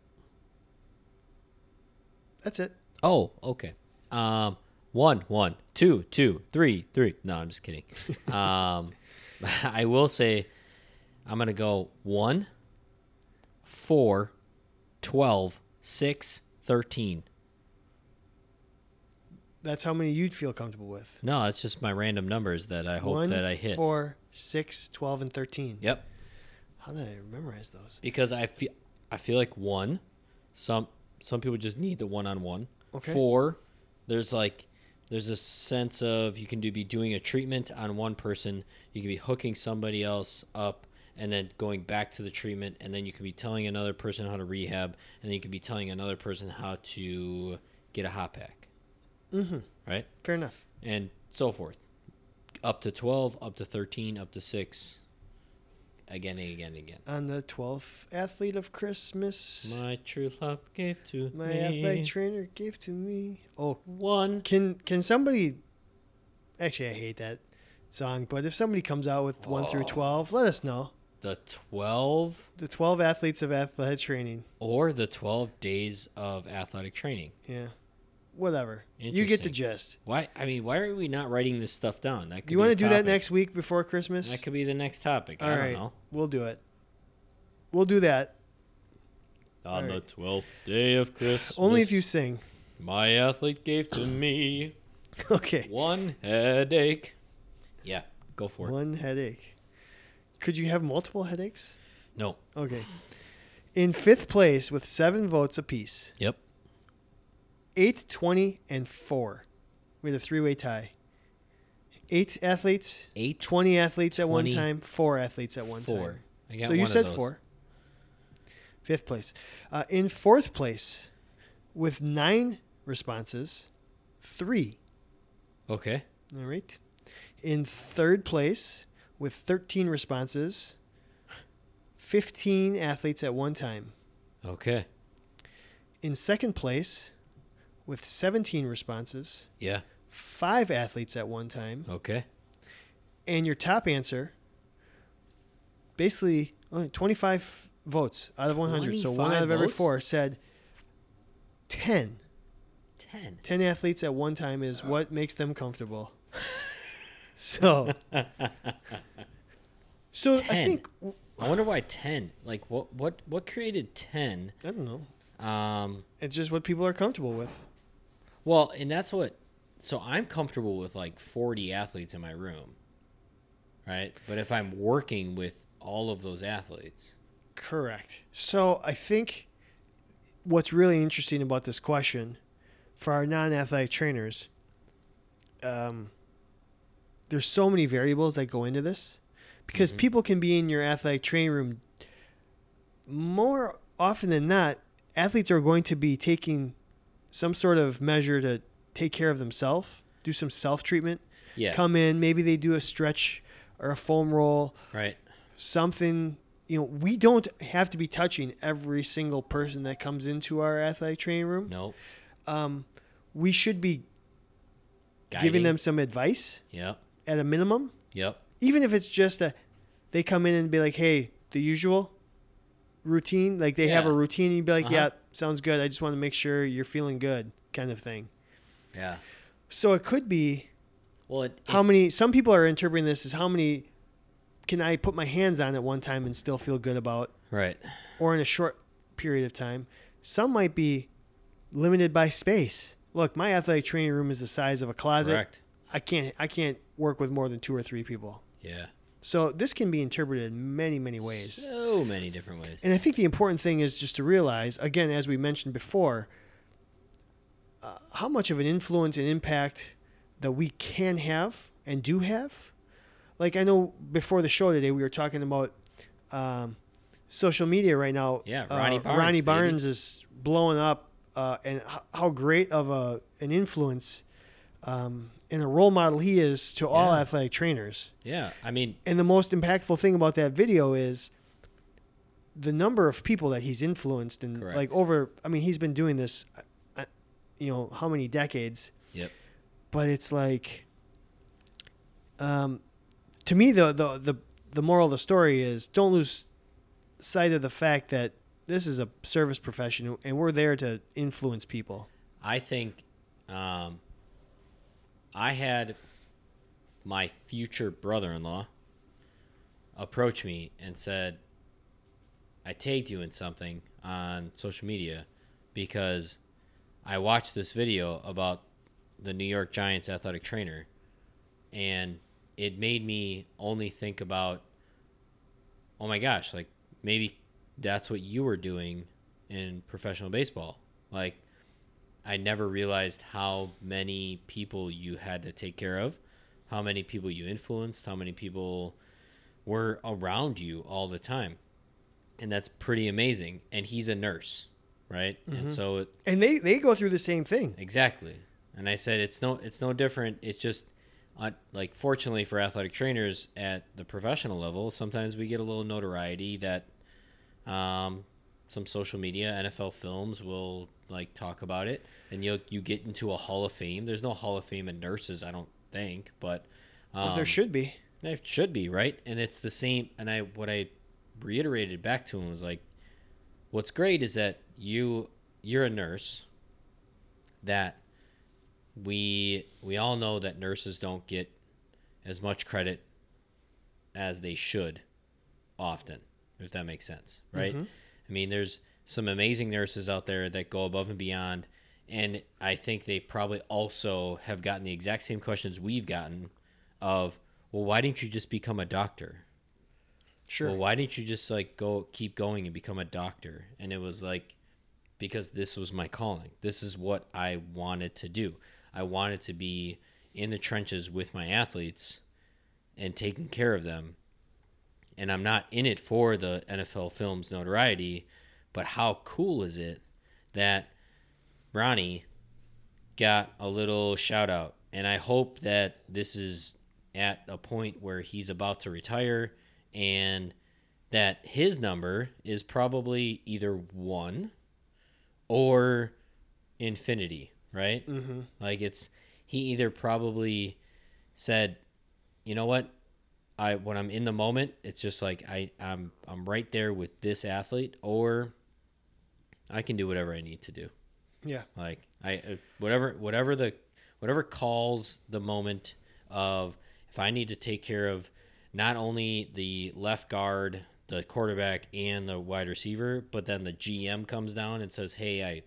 S2: That's it.
S1: Oh, okay. Um, one, one, two, two, three, three. No, I'm just kidding. um, I will say, I'm gonna go one, four, twelve, six, thirteen.
S2: That's how many you'd feel comfortable with.
S1: No, it's just my random numbers that I hope
S2: One,
S1: that I hit.
S2: four, six, 12, and 13.
S1: Yep,
S2: How did I memorize those?
S1: because I feel I feel like one. Some some people just need the one on one.
S2: Okay.
S1: Four. There's like there's a sense of you can do be doing a treatment on one person. You can be hooking somebody else up and then going back to the treatment and then you can be telling another person how to rehab and then you can be telling another person how to get a hot pack. Mm-hmm. Right?
S2: Fair enough.
S1: and so forth. Up to 12, up to 13, up to 6. Again and again and again.
S2: On the 12th athlete of Christmas,
S1: My true love gave to
S2: my,
S1: me
S2: athletic trainer gave to me. Oh,
S1: one.
S2: Can can somebody? Actually, I hate that song. But if somebody comes out with one through
S1: Oh.
S2: twelve, let us know.
S1: The 12
S2: The twelve athletes of athletic training.
S1: or the 12 days of athletic training.
S2: Yeah, whatever. You get the
S1: Interesting.
S2: gist.
S1: Why? I mean, why are we not writing this stuff down? That could
S2: You
S1: be
S2: want
S1: a
S2: to do that
S1: topic.
S2: next week before Christmas?
S1: That could be the next topic. I
S2: All
S1: don't
S2: right,
S1: know.
S2: we'll do it. We'll do that
S1: On
S2: right.
S1: the 12th day of Christmas.
S2: only if you sing.
S1: My athlete gave to me
S2: okay.
S1: one headache. Yeah, go for it.
S2: One headache. Could you have multiple headaches?
S1: No.
S2: Okay. In fifth place with seven votes apiece,
S1: Yep.
S2: Eight, twenty, and 4. We had a three way tie. Eight athletes,
S1: Eight
S2: 20 athletes at one
S1: 20.
S2: time, four athletes at one
S1: Four.
S2: time.
S1: I got
S2: So you
S1: one of
S2: said
S1: those.
S2: four. Fifth place. Uh, in fourth place, with nine responses, three.
S1: Okay.
S2: All right. In third place, with 13 responses, 15 athletes at one time.
S1: Okay.
S2: In second place, with 17 responses,
S1: Yeah.
S2: five athletes at one time.
S1: Okay.
S2: and your top answer basically only 25 votes out of 100 so one
S1: 25
S2: out of every
S1: votes?
S2: four said 10
S1: Ten.
S2: 10 athletes at one time is what makes them comfortable so so i
S1: 10.
S2: think i
S1: I wonder why ten. Like what? What? What created ten?
S2: don't know
S1: Um.
S2: it's just what people are comfortable with
S1: Well, and that's what. So I'm comfortable with like 40 athletes in my room. Right. But if I'm working with all of those athletes,
S2: correct so i think what's really interesting about this question for our non-athletic trainers um, there's so many variables that go into this because people can be in your athletic training room more often than not athletes are going to be taking some sort of measure to take care of themselves do some self-treatment
S1: yeah.
S2: come in maybe they do a stretch or a foam roll
S1: Right.
S2: something you know we don't have to be touching every single person that comes into our athletic training room
S1: No.
S2: um, we should be
S1: Guiding.
S2: giving them some advice
S1: Yep.
S2: at a minimum
S1: Yep.
S2: even if it's just a they come in and be like hey the usual routine like they have
S1: Yeah.
S2: a routine and you'd be like
S1: Uh-huh.
S2: yeah sounds good i just want to make sure you're feeling good kind of thing
S1: Yeah.
S2: so it could be
S1: Well, it, it-
S2: how many some people are interpreting this as how many can i put my hands on at one time and still feel good about
S1: right.
S2: or in a short period of time. Some might be limited by space. Look, my athletic training room is the size of a closet.
S1: Correct.
S2: I can't I can't work with more than two or three people.
S1: Yeah.
S2: So this can be interpreted in many many ways.
S1: So many different ways.
S2: And I think the important thing is just to realize, again, as we mentioned before, uh, how much of an influence and impact that we can have and do have. Like I know before the show today, we were talking about um, social media right now.
S1: Yeah,
S2: Uh,
S1: Ronnie Barnes,
S2: Ronnie
S1: baby.
S2: Barnes is blowing up, uh, and h- how great of a an influence um, and a role model he is to all
S1: Yeah.
S2: athletic trainers.
S1: Yeah. I mean,
S2: And the most impactful thing about that video is the number of people that he's influenced and
S1: Correct.
S2: like over. I mean, he's been doing this, uh, uh, you know, how many decades?
S1: yep.
S2: But it's like, um, to me, the the the the moral of the story is don't lose sight of the fact that this is a service profession and we're there to influence people.
S1: I think um, I had my future brother in law approach me and said, I tagged you in something on social media because I watched this video about the New York Giants athletic trainer and it made me only think about oh my gosh, like maybe that's what you were doing in professional baseball. Like I never realized how many people you had to take care of, how many people you influenced, how many people were around you all the time. And that's pretty amazing. And he's a nurse, right? And so it,
S2: And they they go through the same thing.
S1: Exactly. And I said it's no it's no different. It's just uh, like fortunately for athletic trainers at the professional level, sometimes we get a little notoriety that um, some social media, NFL films will like talk about it, and you you get into a Hall of Fame. There's no Hall of Fame in nurses, I don't think, but um,
S2: Oh, there should be.
S1: it should be right, and it's the same. And I what I reiterated back to him was like, what's great is that you you're a nurse. That we we all know that nurses don't get as much credit as they should often, if that makes sense, right? I mean, there's some amazing nurses out there that go above and beyond, and I think they probably also have gotten the exact same questions we've gotten of, well, why didn't you just become a doctor?
S2: Sure.
S1: Well, why didn't you just like go keep going and become a doctor? And it was like because this was my calling. This is what I wanted to do. I wanted to be in the trenches with my athletes and taking care of them. And I'm not in it for the NFL film's notoriety, but how cool is it that Ronnie got a little shout out. And I hope that this is at a point where he's about to retire and that his number is probably either one or infinity, right? Mm-hmm. Like it's, he either probably said, you know what? I, when I'm in the moment, it's just like I, I'm I'm right there with this athlete, or I can do whatever I need to do
S2: yeah.
S1: like i uh, whatever whatever the whatever calls the moment of if i need to take care of not only the left guard the quarterback and the wide receiver but then the gm comes down and says hey i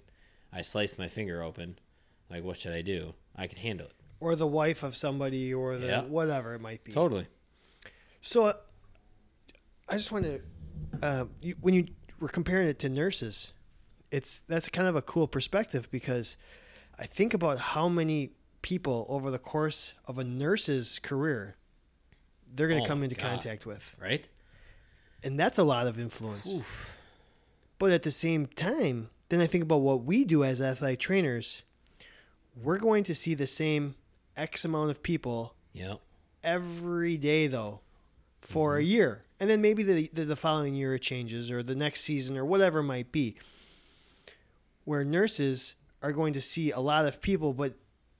S1: i sliced my finger open like what should i do i can handle it
S2: Or the wife of somebody or the
S1: Yeah.
S2: whatever it might be.
S1: totally
S2: So, uh, I just want to, uh, you, when you were comparing it to nurses, it's that's kind of a cool perspective because I think about how many people over the course of a nurse's career they're going
S1: Oh
S2: to come
S1: my
S2: into
S1: God.
S2: contact with,
S1: right
S2: and that's a lot of influence. But at the same time, then I think about what we do as athletic trainers. We're going to see the same X amount of people
S1: yeah
S2: every day though for a year and then maybe the, the the following year it changes or the next season or whatever it might be where nurses are going to see a lot of people but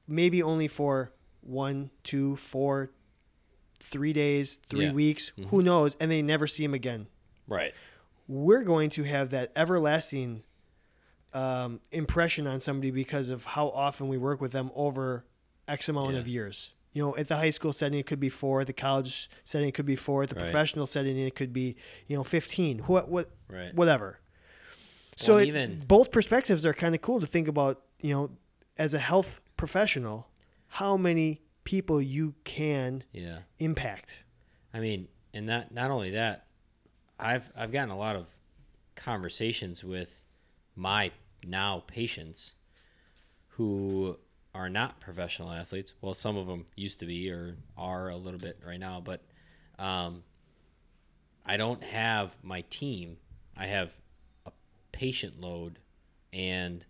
S2: maybe only for one two four three days three
S1: Yeah.
S2: weeks who knows and they never see them again
S1: right
S2: we're going to have that everlasting um, impression on somebody because of how often we work with them over X amount of years. You know, at the high school setting, it could be four. At the college setting, it could be four. At the
S1: Right.
S2: professional setting, it could be you know fifteen. What what
S1: Right.
S2: whatever. So
S1: Well,
S2: it-
S1: even-
S2: both perspectives are kind of cool to think about. You know, as a health professional, how many people you can
S1: Yeah.
S2: impact.
S1: I mean, and not not only that, I've I've gotten a lot of conversations with my now patients who are not professional athletes. Well, some of them used to be or are a little bit right now, but um, I don't have my team. I have a patient load, and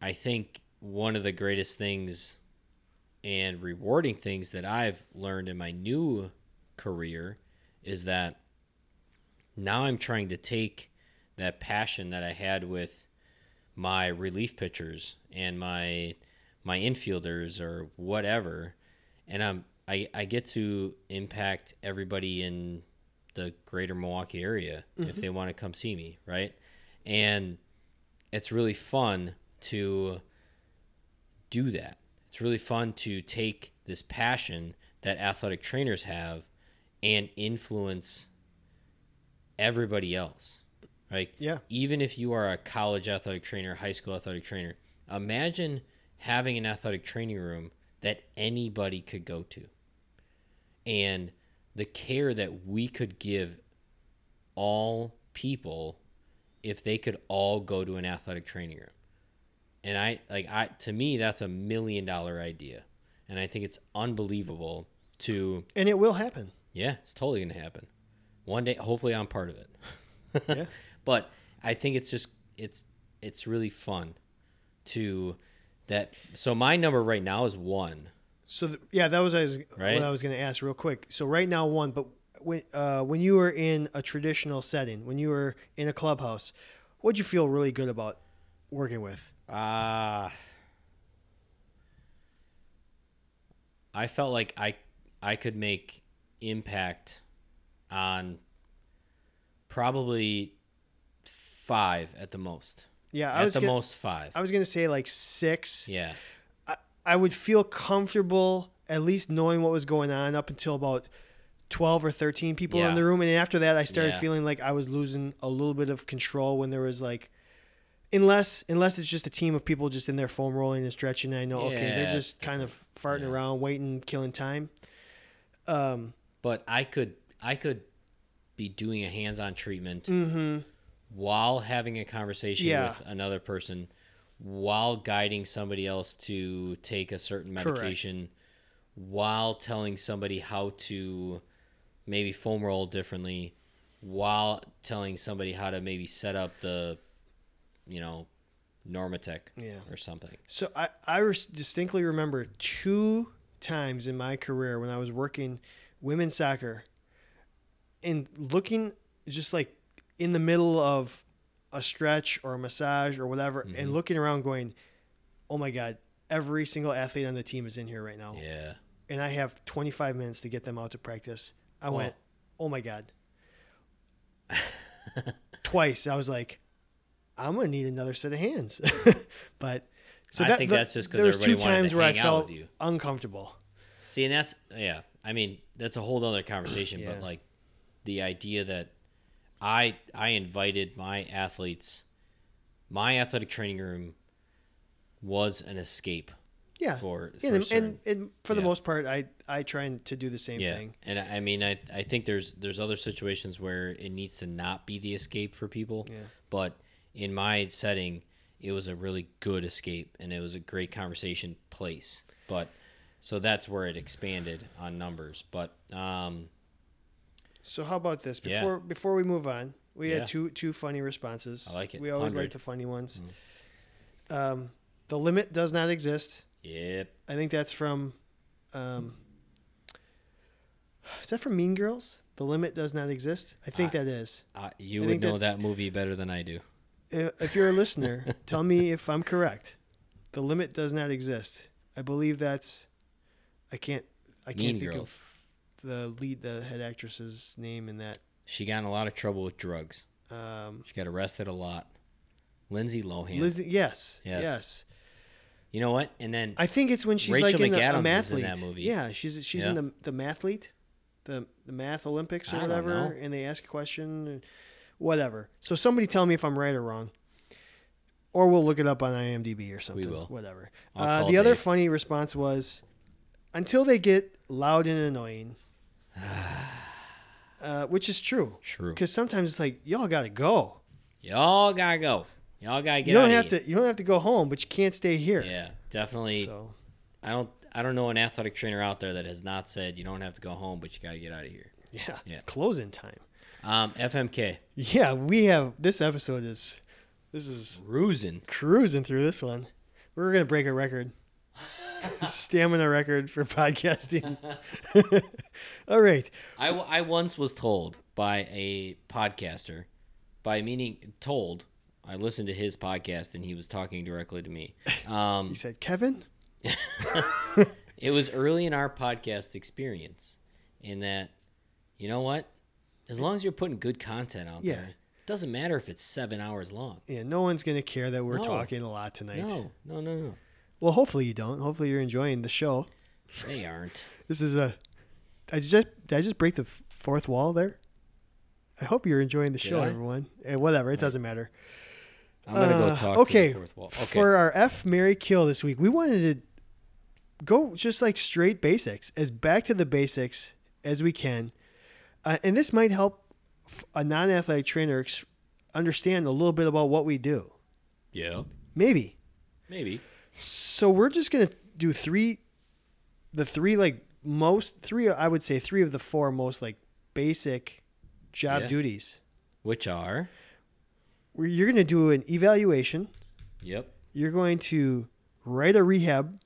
S1: I think one of the greatest things and rewarding things that I've learned in my new career is that now I'm trying to take that passion that I had with my relief pitchers and my my infielders or whatever and I'm I, I get to impact everybody in the greater Milwaukee area if they want to come see me, right? And it's really fun to do that. It's really fun to take this passion that athletic trainers have and influence everybody else. Like,
S2: Yeah.
S1: even if you are a college athletic trainer, high school athletic trainer, imagine having an athletic training room that anybody could go to and the care that we could give all people if they could all go to an athletic training room. And I like I to me that's a million dollar idea. And I think it's unbelievable to
S2: And it will happen.
S1: yeah, it's totally going to happen. One day hopefully I'm part of it.
S2: Yeah.
S1: But I think it's just it's it's really fun to that so my number right now is 1.
S2: So th- yeah, that was I was,
S1: Right?
S2: what I was going to ask real quick. So right now one, but when uh, when you were in a traditional setting, when you were in a clubhouse, what'd you feel really good about working with?
S1: Ah. I felt like I I could make impact on probably 5 at the most.
S2: Yeah, I
S1: at
S2: was
S1: the
S2: gonna,
S1: most 5.
S2: I was going to say like six.
S1: yeah.
S2: I, I would feel comfortable at least knowing what was going on up until about 12 or 13 people
S1: Yeah.
S2: in the room and then after that I started
S1: Yeah.
S2: feeling like I was losing a little bit of control when there was like unless unless it's just a team of people just in their foam rolling and stretching I know okay
S1: Yeah,
S2: they're
S1: it's
S2: just kind of farting
S1: Yeah.
S2: around waiting killing time um
S1: But I could I could be doing a hands-on treatment
S2: mhm
S1: while having a conversation
S2: Yeah.
S1: with another person while guiding somebody else to take a certain
S2: Correct.
S1: medication while telling somebody how to maybe foam roll differently while telling somebody how to maybe set up the you know normatec
S2: Yeah.
S1: or something
S2: So I, I res- distinctly remember two times in my career when I was working women's soccer and looking just like in the middle of a stretch or a massage or whatever and looking around going, oh my God, every single athlete on the team is in here right now.
S1: yeah
S2: And I have 25 minutes to get them out to practice. I
S1: Wow.
S2: went, oh my God. Twice I was like, I'm gonna need another set of hands, but so
S1: I
S2: that,
S1: think
S2: the-
S1: that's just 'cause
S2: there was two
S1: everybody wanted to
S2: times where I
S1: hang out
S2: felt
S1: with you.
S2: uncomfortable.
S1: See, and that's yeah. I mean, that's a whole other conversation.
S2: Yeah.
S1: But like, the idea that I I invited my athletes, my athletic training room was an escape.
S2: Yeah,
S1: For, for
S2: yeah and,
S1: certain-
S2: and, and for the
S1: yeah.
S2: most part, I I try and- to do the same
S1: yeah,
S2: thing.
S1: and I I mean, I I think there's there's other situations where it needs to not be the escape for people.
S2: Yeah.
S1: But in my setting, it was a really good escape, and it was a great conversation place. But so that's where it expanded on numbers. But um,
S2: So how about this
S1: Yeah.
S2: before before we move on? We
S1: Yeah.
S2: had two two funny responses.
S1: I like it. Mm-hmm.
S2: We always
S1: 100.
S2: like the funny ones. Um, the limit does not exist.
S1: yep.
S2: I think that's from. Um, is that from Mean Girls? The limit does not exist. I think that is.
S1: Uh, you
S2: I
S1: would
S2: think
S1: know that movie better than I do.
S2: if if you're a listener, tell me if I'm correct. The limit does not exist. I believe that's. I can't. I can't
S1: Mean
S2: think
S1: Girls.
S2: of the lead, the head actress's name in that.
S1: She got in a lot of trouble with drugs.
S2: Um,
S1: She got arrested a lot. Lindsay Lohan.
S2: Lizzie. Yes,
S1: Yes.
S2: yes.
S1: you know what? And then
S2: I think it's when she's
S1: Rachel
S2: like in the, a
S1: McAdams
S2: mathlete.
S1: is in that movie.
S2: Yeah, she's she's in
S1: Yeah.
S2: the the mathlete, the the math Olympics or
S1: I don't
S2: whatever,
S1: know.
S2: and they ask a question, whatever. So somebody tell me if I'm right or wrong. Or we'll look it up on IMDb or something.
S1: will.
S2: Whatever.
S1: I'll
S2: Uh,
S1: call
S2: the other
S1: Dave.
S2: funny response was, until they get loud and annoying, uh, which is true.
S1: True.
S2: Because sometimes it's like y'all gotta go.
S1: Y'all gotta go. Y'all gotta get.
S2: you don't
S1: outta
S2: have
S1: here.
S2: to. You don't have to go home, but you can't stay here.
S1: Yeah, definitely.
S2: So
S1: I don't. I don't know an athletic trainer out there that has not said you don't have to go home, but you gotta get out of here.
S2: yeah,
S1: Yeah.
S2: closing time.
S1: Um, FMK
S2: Yeah, we have this episode is this is
S1: Rusin.
S2: cruising through this one. We're gonna break a record, stamina record for podcasting. All right,
S1: I, w- I once was told by a podcaster, by meaning told. I listened to his podcast and he was talking directly to me. Um,
S2: he said, Kevin.
S1: it was early in our podcast experience, in that, you know what? As long as you're putting good content out
S2: Yeah.
S1: there, it doesn't matter if it's seven hours long.
S2: Yeah, no one's gonna care that we're
S1: No.
S2: talking a lot tonight.
S1: No, no, no, no.
S2: Well, hopefully you don't. Hopefully you're enjoying the show.
S1: They aren't.
S2: This is a. I just did I just break the f- fourth wall there. I hope you're enjoying the show,
S1: I?
S2: everyone. Eh, whatever, it doesn't matter.
S1: I'm gonna
S2: Uh,
S1: go talk
S2: okay,
S1: to the fourth wall. Okay.
S2: For our F Mary Kill this week, we wanted to go just like straight basics, as back to the basics as we can. Uh, and this might help f- a non athletic trainer ex- understand a little bit about what we do.
S1: yeah.
S2: Maybe.
S1: Maybe.
S2: So we're just going to do three, the three like most, three, I would say three of the four most like basic job
S1: Yeah.
S2: duties.
S1: Which are?
S2: Where you're going to do an evaluation.
S1: Yep.
S2: you're going to write a rehab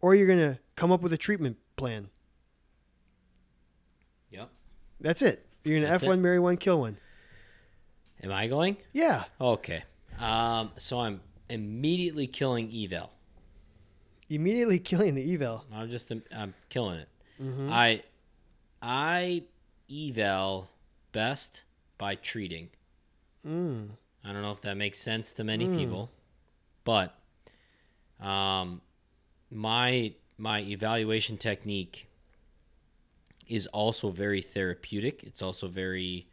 S2: or you're going to come up with a treatment plan.
S1: Yep.
S2: That's it. You're going to
S1: That's
S2: F1, marry one, kill one.
S1: Am I going?
S2: Yeah.
S1: Okay. Um, so I'm immediately killing eval.
S2: Immediately killing the eval.
S1: I'm just I'm killing it. I I eval best by treating.
S2: Mm.
S1: I don't know if that makes sense to many people, but um, my my evaluation technique is also very therapeutic. It's also very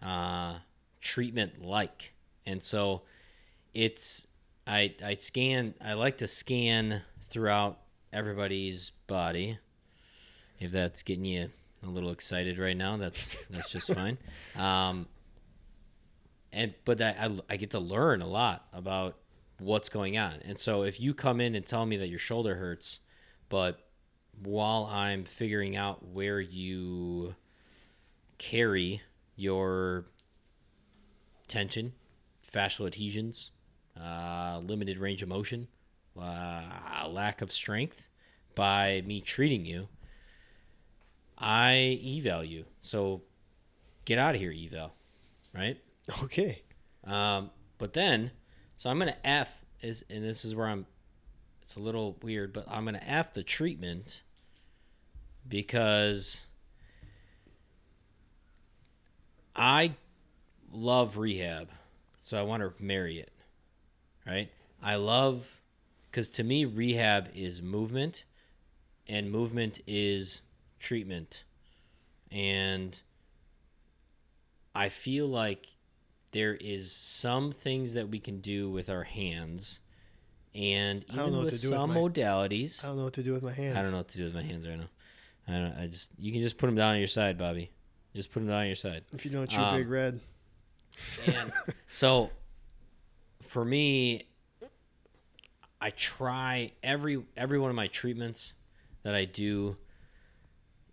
S1: uh, treatment like, and so it's I I scan. I like to scan throughout everybody's body. If that's getting you a little excited right now, that's that's just fine. Um, and but I, I, I get to learn a lot about what's going on and so if you come in and tell me that your shoulder hurts but while i'm figuring out where you carry your tension fascial adhesions uh, limited range of motion uh, lack of strength by me treating you i eval you so get out of here eval right
S2: Okay.
S1: um, but then, so I'm gonna f is, and this is where I'm. It's a little weird, but I'm gonna f the treatment because I love rehab, so I want to marry it, right? I love because to me rehab is movement, and movement is treatment, and I feel like there is some things that we can do with our hands and
S2: I don't
S1: even
S2: know what
S1: with
S2: to do with
S1: some
S2: my-
S1: modalities
S2: I don't know what to do with my hands.
S1: I don't know what to do with my hands right now. I don't. I just you can just put them down on your side, Bobby. Just put them down on your side.
S2: If you don't shoot
S1: Um,
S2: big red.
S1: And so, for me, I try every every one of my treatments that I do.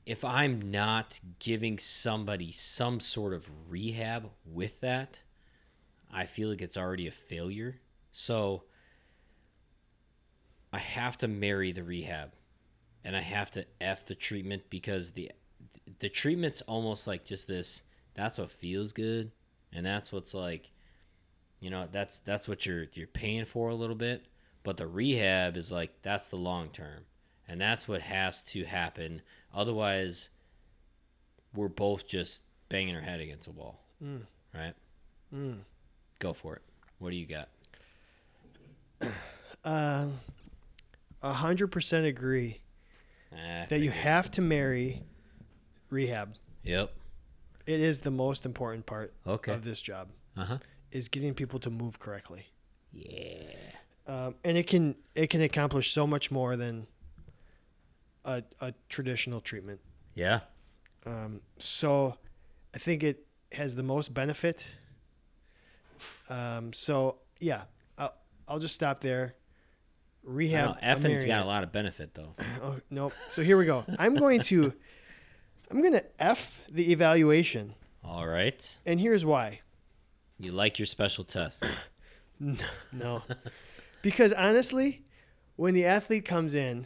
S1: If I'm not giving somebody some sort of rehab with that, I feel like it's already a failure. So I have to marry the rehab and I have to F the treatment because the the treatment's almost like just this that's what feels good and that's what's like you know that's that's what you're you're paying for a little bit but the rehab is like that's the long term and that's what has to happen otherwise we're both just banging our head against a wall right
S2: Mm.
S1: go for it what do you got
S2: Um, a hundred percent agree
S1: Ah, I
S2: that you
S1: figured.
S2: have to marry rehab.
S1: yep
S2: It is the most important part
S1: okay
S2: of this job
S1: uh-huh
S2: is getting people to move correctly.
S1: yeah
S2: um, and it can it can accomplish so much more than a, a traditional treatment.
S1: Yeah.
S2: Um, so I think it has the most benefit. Um, so yeah, I'll, I'll just stop there.
S1: Yeah.
S2: Rehab. a
S1: Effing's got
S2: myriad.
S1: a lot of benefit though.
S2: Oh, nope. So here we go. I'm going to, I'm going to F the evaluation.
S1: All right.
S2: And here's why.
S1: You like your special test.
S2: No. because honestly, when the athlete comes in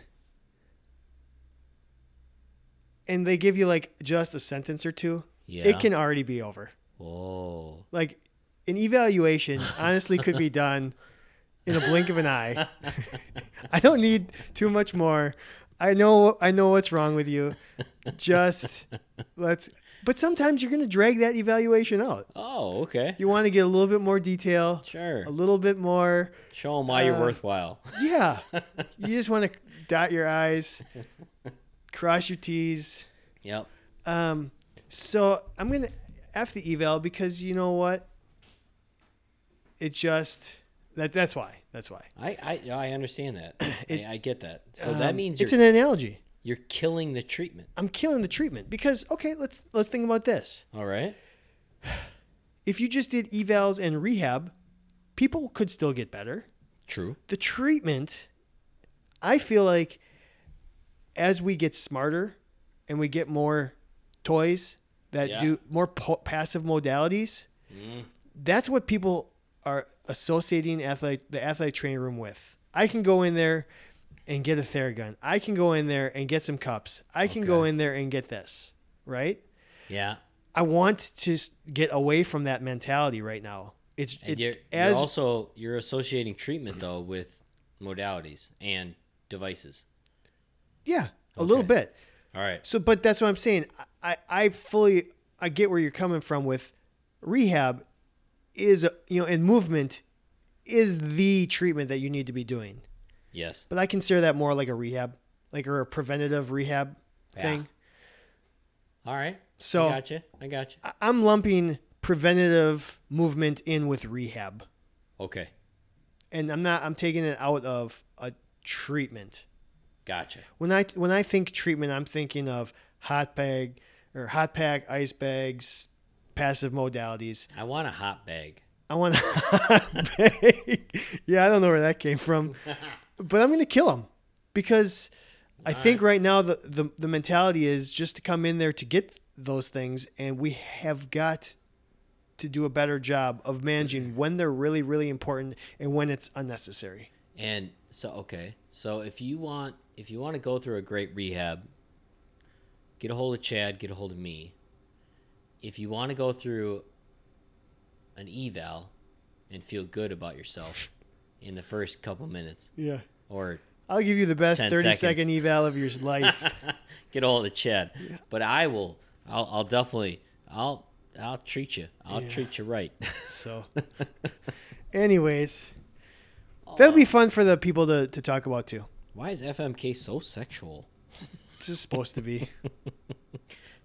S2: and they give you like just a sentence or two,
S1: Yeah.
S2: it can already be over.
S1: Whoa.
S2: Like an evaluation honestly could be done in a blink of an eye. I don't need too much more. I know I know what's wrong with you. Just let's but sometimes you're going to drag that evaluation out.
S1: Oh, okay.
S2: You want to get a little bit more detail,
S1: Sure.
S2: a little bit more
S1: Show them why you're
S2: uh,
S1: worthwhile.
S2: yeah. You just want to dot your I's, cross your T's.
S1: Yep.
S2: Um, so I'm going to F the eval because you know what? It just, that that's why. That's why.
S1: I I, yeah, I understand that. I, I get that. So that
S2: Um,
S1: means you're
S2: it's an analogy.
S1: you're killing the treatment.
S2: I'm killing the treatment because, okay, let's, let's think about this.
S1: All right.
S2: If you just did evals and rehab, people could still get better.
S1: True.
S2: the treatment i feel like as we get smarter and we get more toys that
S1: Yeah. Mm.
S2: do more po- passive modalities that's what people are associating athlete the athletic training room with i can go in there and get a theragun i can go in there and get some cups i can go
S1: Okay.
S2: in there and get this right
S1: Yeah.
S2: i want to s- get away from that mentality right now it's
S1: And
S2: it,
S1: you're,
S2: as
S1: you're also you're associating treatment though with modalities and devices.
S2: yeah a little
S1: Okay.
S2: bit
S1: All right.
S2: So, but that's what I'm saying. I, I I fully, I get where you're coming from with rehab is, a, you know, and movement is the treatment that you need to be doing.
S1: Yes.
S2: But I consider that more like a rehab, like or a preventative rehab
S1: Yeah.
S2: thing.
S1: All right.
S2: So-
S1: I gotcha. I gotcha.
S2: I, I'm lumping preventative movement in with rehab.
S1: Okay.
S2: And I'm not, I'm taking it out of a treatment.
S1: Gotcha.
S2: When I, when I think treatment, I'm thinking of hot bag or hot pack, ice bags, passive modalities.
S1: I want a hot bag.
S2: I want to. yeah, I don't know where that came from, but I'm gonna kill him because I think right now the, the the mentality is just to come in there to get those things, and we have got to do a better job of managing when they're really really important and when it's unnecessary.
S1: And so okay. So if you want if you want to go through a great rehab, get a hold of Chad, get a hold of me. If you want to go through an eval and feel good about yourself in the first couple minutes
S2: Yeah,
S1: or
S2: I'll give you the best
S1: 10
S2: thirty
S1: seconds.
S2: second eval of your life.
S1: get all the Chad. But I will. I'll, I'll definitely. I'll. I'll treat you. I'll
S2: Yeah.
S1: treat you right.
S2: so, anyways, that'll be fun for the people to to talk about too.
S1: Why is FMK so sexual?
S2: It's just supposed to be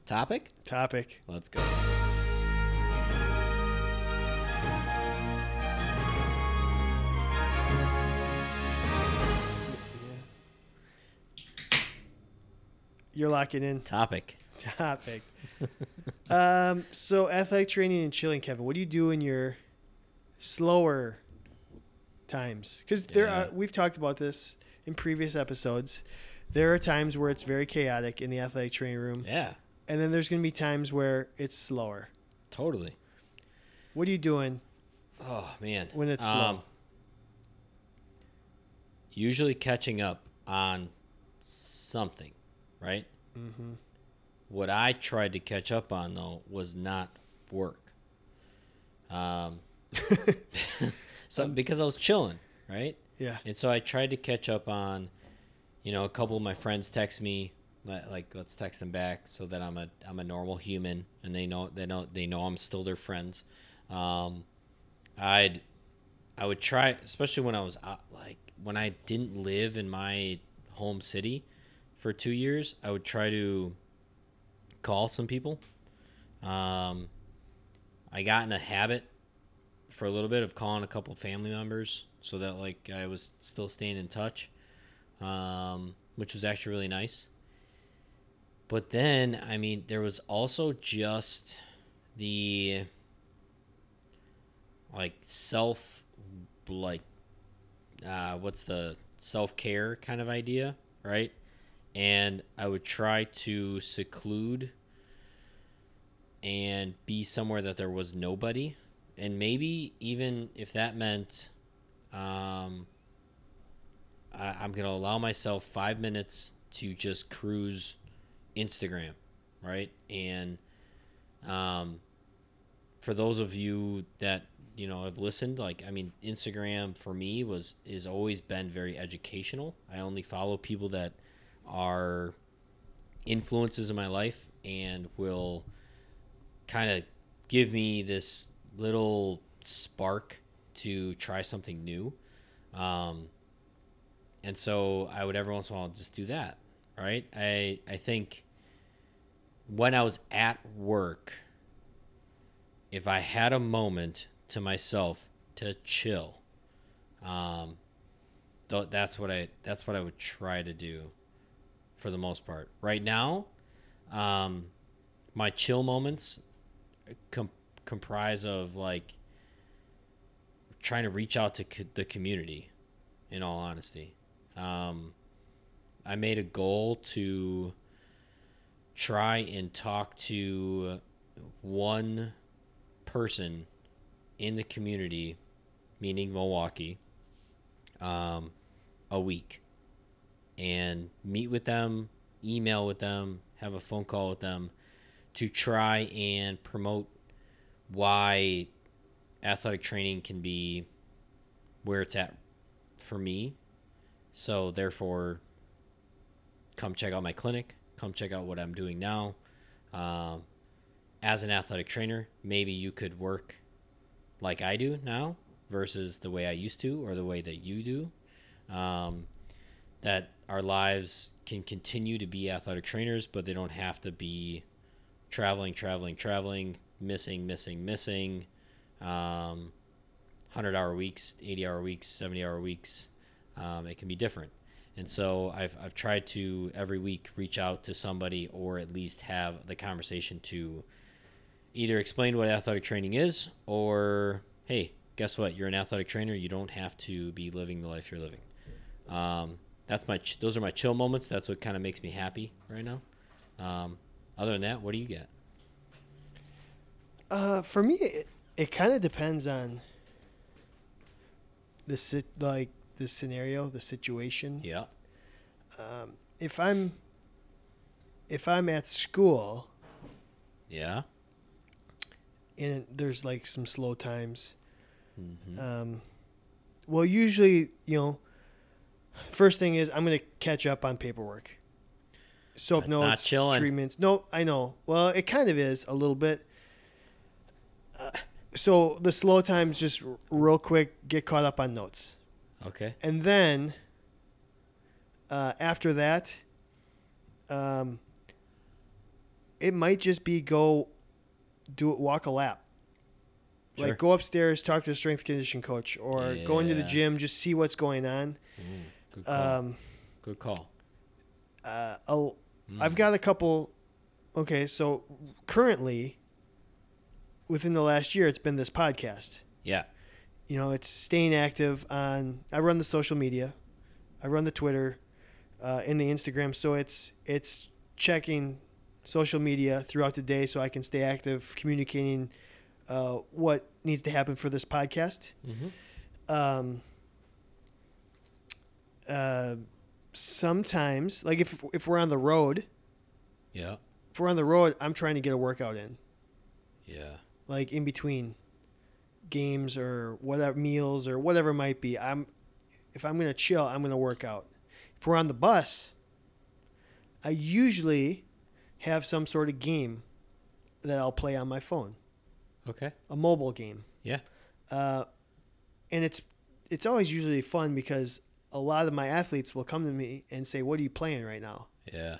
S1: Topic?
S2: topic.
S1: Let's go.
S2: You're locking in
S1: Topic.
S2: topic. um, so athletic training and chilling, Kevin. What do you do in your slower times? Because there
S1: Yeah.
S2: are we've talked about this in previous episodes. There are times where it's very chaotic in the athletic training room,
S1: Yeah.
S2: and then there's going to be times where it's slower.
S1: Totally.
S2: What are you doing?
S1: Oh man. Um,
S2: When it's slow.
S1: usually catching up on something, right?
S2: Mm-hmm.
S1: What I tried to catch up on though was not work. Um, so because I was chilling, right?
S2: Yeah,
S1: And so I tried to catch up on, you know, a couple of my friends text me let- like let's text them back so that I'm a I'm a normal human and they know they know they know I'm still their friends. Um, I'd I would try especially when I was out, like when I didn't live in my home city for 2 years, I would try to call some people. Um, I got in a habit for a little bit of calling a couple family members so that like I was still staying in touch, um, which was actually really nice. But then, I mean, there was also just the like self, like, uh, what's the self care kind of idea, right? And I would try to seclude and be somewhere that there was nobody. And maybe even if that meant um, I, I'm going to allow myself five minutes to just cruise Instagram, right? And um, for those of you that you know have listened, like I mean, Instagram for me was is always been very educational. I only follow people that are influences in my life and will kind of give me this little spark to try something new. Um, and so I would every once in a while just do that right? I I think when I was at work, if I had a moment to myself to chill, um, th- that's what I that's what I would try to do, for the most part. Right now, um, my chill moments com- comprise of like trying to reach out to co- the community. In all honesty. Um, I made a goal to try and talk to one person in the community, meaning Milwaukee, um, a week and meet with them, email with them, have a phone call with them to try and promote why athletic training can be where it's at for me. So, therefore, come check out my clinic come check out what i'm doing now um, as an athletic trainer maybe you could work like i do now versus the way i used to or the way that you do um, that our lives can continue to be athletic trainers but they don't have to be traveling traveling traveling missing missing missing um, 100 hour weeks 80 hour weeks 70 hour weeks um, it can be different and so I've, I've tried to every week reach out to somebody or at least have the conversation to either explain what athletic training is or, hey, guess what? You're an athletic trainer. You don't have to be living the life you're living. Um, that's my ch- those are my chill moments. That's what kind of makes me happy right now. Um, other than that, what do you get?
S2: Uh, for me, it, it kind of depends on the sit like the scenario, the situation.
S1: Yeah.
S2: Um, if I'm if I'm at school
S1: Yeah.
S2: and there's like some slow times,
S1: Mm-hmm.
S2: um, well, usually you know, first thing is I'm gonna catch up on paperwork, soap
S1: That's not
S2: notes,
S1: chilling.
S2: treatments. No, I know. Well, it kind of is a little bit. Uh, So the slow times just r- real quick get caught up on notes.
S1: okay.
S2: and then uh, after that, um, it might just be go do it, walk a lap.
S1: Sure.
S2: Like go upstairs, talk to the strength condition coach, or go into the
S1: Yeah.
S2: gym, just see what's going on.
S1: Mm, good call.
S2: Um,
S1: good call.
S2: uh, oh,
S1: Mm.
S2: I've got a couple. Okay, so currently, within the last year, it's been this podcast.
S1: Yeah.
S2: you know, it's staying active on. I run the social media, I run the Twitter, uh, and the Instagram. So it's it's checking social media throughout the day so I can stay active, communicating uh, what needs to happen for this podcast.
S1: Mm-hmm.
S2: Um, uh, sometimes, like if if we're on the road,
S1: Yeah.
S2: if we're on the road, I'm trying to get a workout in,
S1: Yeah.
S2: like in between games or whatever meals or whatever it might be. I'm if I'm gonna chill, I'm gonna work out. If we're on the bus, I usually have some sort of game that I'll play on my phone,
S1: Okay.
S2: a mobile game.
S1: Yeah.
S2: Uh, and it's it's always usually fun because a lot of my athletes will come to me and say, "What are you playing right now?"
S1: Yeah.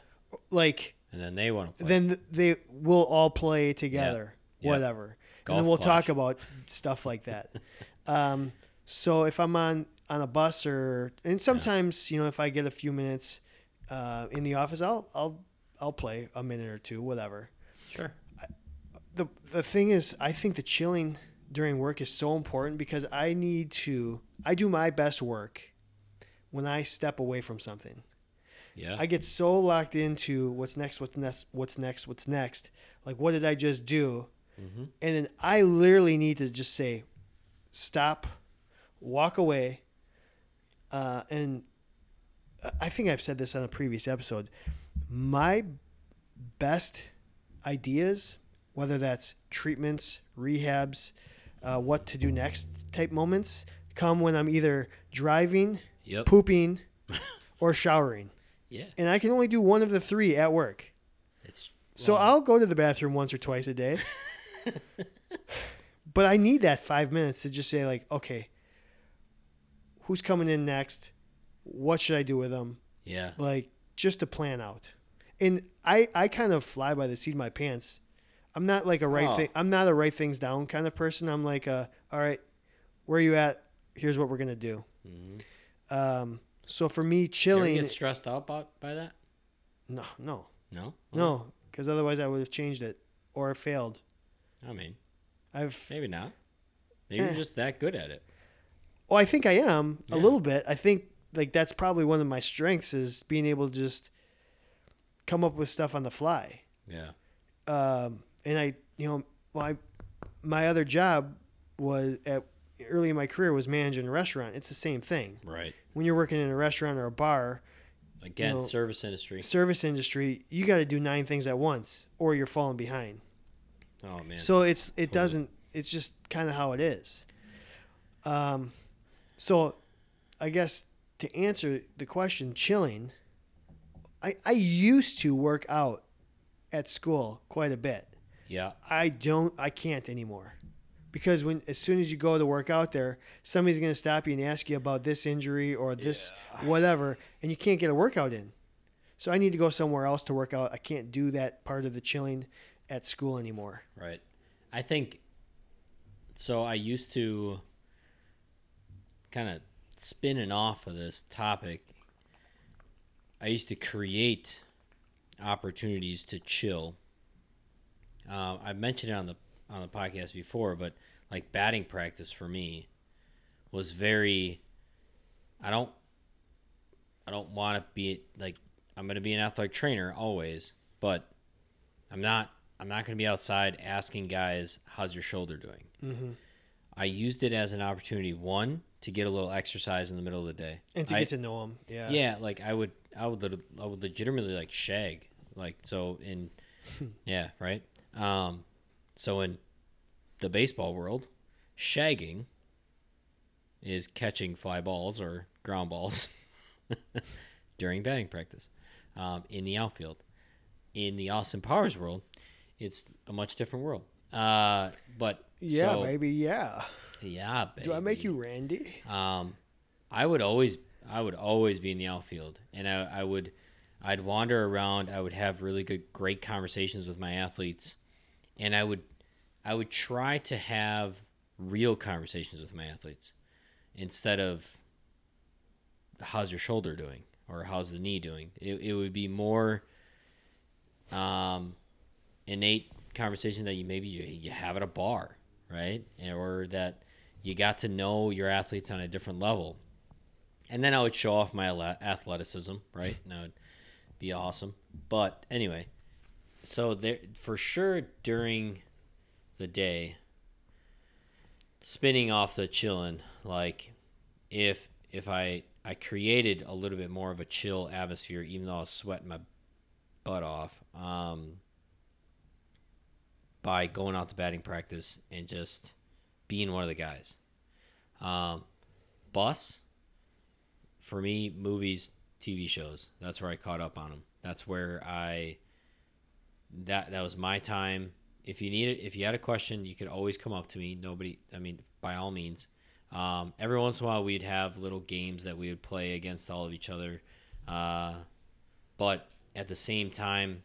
S2: Like
S1: And then they want to play.
S2: then they will all play together,
S1: Yeah.
S2: whatever. and
S1: Golf
S2: then we'll
S1: clutch.
S2: talk about stuff like that. um, so if I'm on on a bus or and sometimes you know if I get a few minutes uh, in the office, I'll I'll I'll play a minute or two, whatever.
S1: Sure.
S2: The the thing is, I think the chilling during work is so important because I need to I do my best work when I step away from something.
S1: Yeah.
S2: I get so locked into what's next, what's next, what's next, what's next. Like what did I just do?
S1: mm-hmm.
S2: And then I literally need to just say, stop, walk away. Uh, and I think I've said this on a previous episode. My best ideas, whether that's treatments, rehabs, uh, what to do next type moments, come when I'm either driving,
S1: Yep.
S2: pooping, or showering.
S1: Yeah.
S2: And I can only do one of the three at work.
S1: It's
S2: So
S1: well,
S2: I'll go to the bathroom once or twice a day. but I need that five minutes to just say, like, okay, who's coming in next? What should I do with them?
S1: yeah.
S2: Like, just to plan out. And I, I kind of fly by the seat of my pants. I'm not like a right
S1: Oh.
S2: thing. I'm not a write things down kind of person. I'm like, a, all right, where are you at? Here's what we're gonna do.
S1: Mm-hmm.
S2: Um, so for me,
S1: You ever
S2: chilling.
S1: get stressed out by, by that?
S2: no, no,
S1: No.
S2: no, because otherwise I would have changed it or failed.
S1: I mean,
S2: I've
S1: maybe not. Maybe
S2: Eh.
S1: you're just that good at it.
S2: Well, I think I am a
S1: Yeah.
S2: little bit. I think like that's probably one of my strengths is being able to just come up with stuff on the fly.
S1: Yeah.
S2: Um, and I, you know, well, I, my other job was at early in my career was managing a restaurant. It's the same thing.
S1: Right.
S2: When you're working in a restaurant or a bar,
S1: Again,
S2: know,
S1: service industry.
S2: service industry, you got to do nine things at once, or you're falling behind.
S1: Oh man.
S2: So it's
S1: Totally.
S2: it doesn't. It's just kind of how it is. Um, so I guess to answer the question, chilling. I I used to work out at school quite a bit.
S1: yeah.
S2: I don't. I can't anymore. Because when as soon as you go to work out there, somebody's going to stop you and ask you about this injury or this whatever, and you can't get a workout in. So I need to go somewhere else to work out. I can't do that part of the chilling at school anymore.
S1: Right. I think so. I used to kind of spinning off of this topic. I used to create opportunities to chill. Um, I mentioned it on the on the podcast before, but like batting practice for me was very. I don't. I don't want to be like I'm going to be an athletic trainer always, but I'm not I'm not going to be outside asking guys how's your shoulder doing.
S2: Mm-hmm.
S1: I used it as an opportunity one to get a little exercise in the middle of the day.
S2: and to
S1: I-
S2: get to know them. Yeah.
S1: yeah, like I would I would lit- I would legitimately like shag like so in yeah, right? Um so in the baseball world, shagging is catching fly balls or ground balls during batting practice um, in the outfield. In the Austin Powers world, it's a much different world. Uh, but
S2: Yeah,
S1: so-
S2: baby. Yeah.
S1: yeah, baby.
S2: Do I make you Randy?
S1: Um, I would always, I would always be in the outfield, and I, I would, I'd wander around. I would have really good, great conversations with my athletes, and I would, I would try to have real conversations with my athletes instead of how's your shoulder doing or how's the knee doing. It, it would be more um, innate conversation that you maybe you, you have at a bar, right? And- Or that you got to know your athletes on a different level. And then I would show off my ala- athleticism, right? And I would be awesome. But anyway, so there for sure during the day, spinning off the chilling, like if if I I created a little bit more of a chill atmosphere, even though I was sweating my butt off. Um, by going out to batting practice and just being one of the guys. Um, bus, for me, movies, TV shows. That's where I caught up on them. That's where I that that was my time. If you needed, if you had a question, you could always come up to me. Nobody, I mean, by all means. Um, every once in a while, we'd have little games that we would play against all of each other. Uh, but at the same time,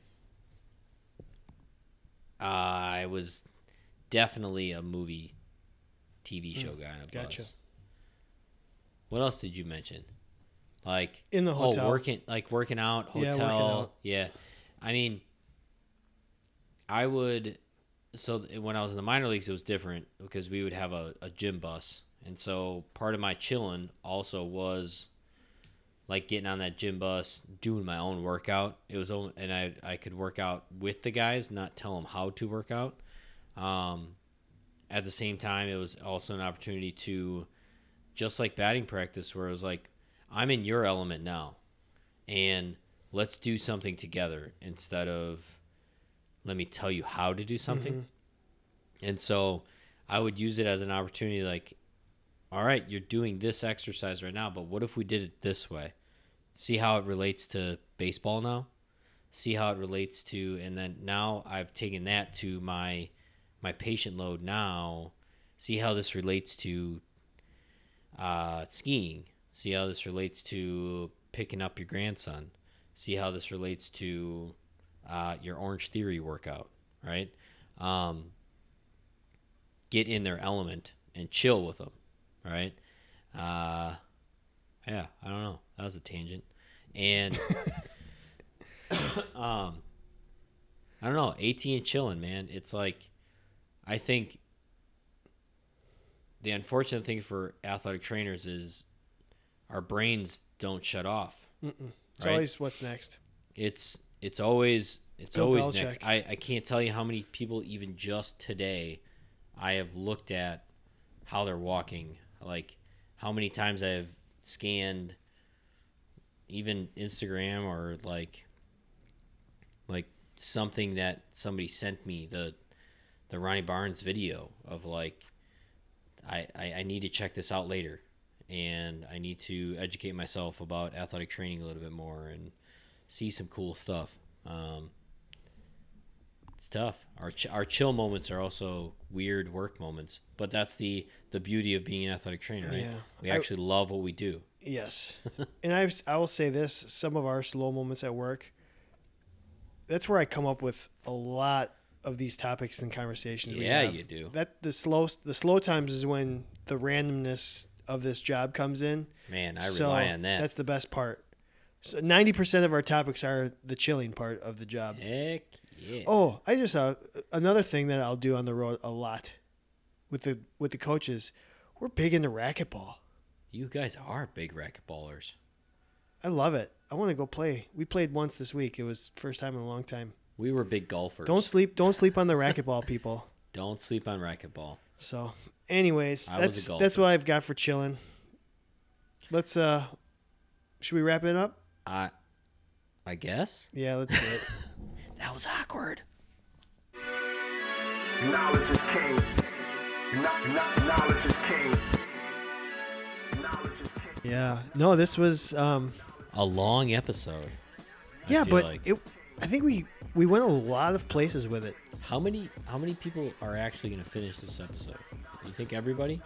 S1: I was definitely a movie, TV show guy on a
S2: Hmm. gotcha.
S1: bus. What else did you mention? Like
S2: In the hotel.
S1: Oh, working like working out
S2: Yeah,
S1: hotel.
S2: working
S1: Yeah,
S2: out.
S1: I mean, I would. So th- when I was in the minor leagues, it was different because we would have a, a gym bus, and so part of my chilling also was like getting on that gym bus, doing my own workout. It was only, and I I could work out with the guys, not tell them how to work out. Um, at the same time, it was also an opportunity to, just like batting practice, where it was like, I'm in your element now, and let's do something together instead of let me tell you how to do something. And so I would use it as an opportunity like, all right, you're doing this exercise right now, but what if we did it this way? See how it relates to baseball now? See how it relates to and then now I've taken that to my my patient load now. See how this relates to uh, skiing. See how this relates to picking up your grandson. See how this relates to uh, your Orange Theory workout, right? Um, get in their element and chill with them, right? Uh, yeah, I don't know. That was a tangent. And um, I don't know. AT and chilling, man. It's like, I think the unfortunate thing for athletic trainers is our brains don't shut off.
S2: It's
S1: Right.
S2: always what's next.
S1: It's it's always it's
S2: Bill
S1: always
S2: Belichick.
S1: next. I, I can't tell you how many people even just today I have looked at how they're walking. Like how many times I have scanned even Instagram or like like something that somebody sent me, the the Ronnie Barnes video of like I, I, I need to check this out later and I need to educate myself about athletic training a little bit more and see some cool stuff. Um, it's tough. Our ch- our chill moments are also weird work moments, but that's the the beauty of being an athletic trainer, right?
S2: Yeah.
S1: We
S2: I-
S1: actually love what we do.
S2: Yes. and I've, I will say this some of our slow moments at work, that's where I come up with a lot of these topics and conversations. we
S1: Yeah,
S2: have.
S1: you do.
S2: That the slow the slow times is when the randomness of this job comes in.
S1: Man, I
S2: so
S1: rely on that.
S2: That's the best part. So ninety percent of our topics are the chilling part of the job.
S1: Heck yeah.
S2: Oh, I just uh, another thing that I'll do on the road a lot with the with the coaches. We're big into racquetball.
S1: You guys are big racquetballers.
S2: I love it. I want to go play. We played once this week. It was first time in a long time.
S1: We were big golfers.
S2: Don't sleep. Don't sleep on the racquetball, people.
S1: Don't sleep on racquetball.
S2: So, anyways,
S1: I was
S2: that's
S1: a
S2: that's
S1: golfer.
S2: what I've got for chilling. Let's uh, should we wrap it up?
S1: I I guess
S2: Yeah, let's do it.
S1: that was awkward.
S3: Knowledge is king. Kno- kno- Knowledge is king. Knowledge is king.
S2: yeah. No, this was um.
S1: A long episode. I
S2: yeah,
S1: feel
S2: but
S1: like.
S2: it. I think we we went a lot of places with it.
S1: How many how many people are actually going to finish this episode? You think everybody?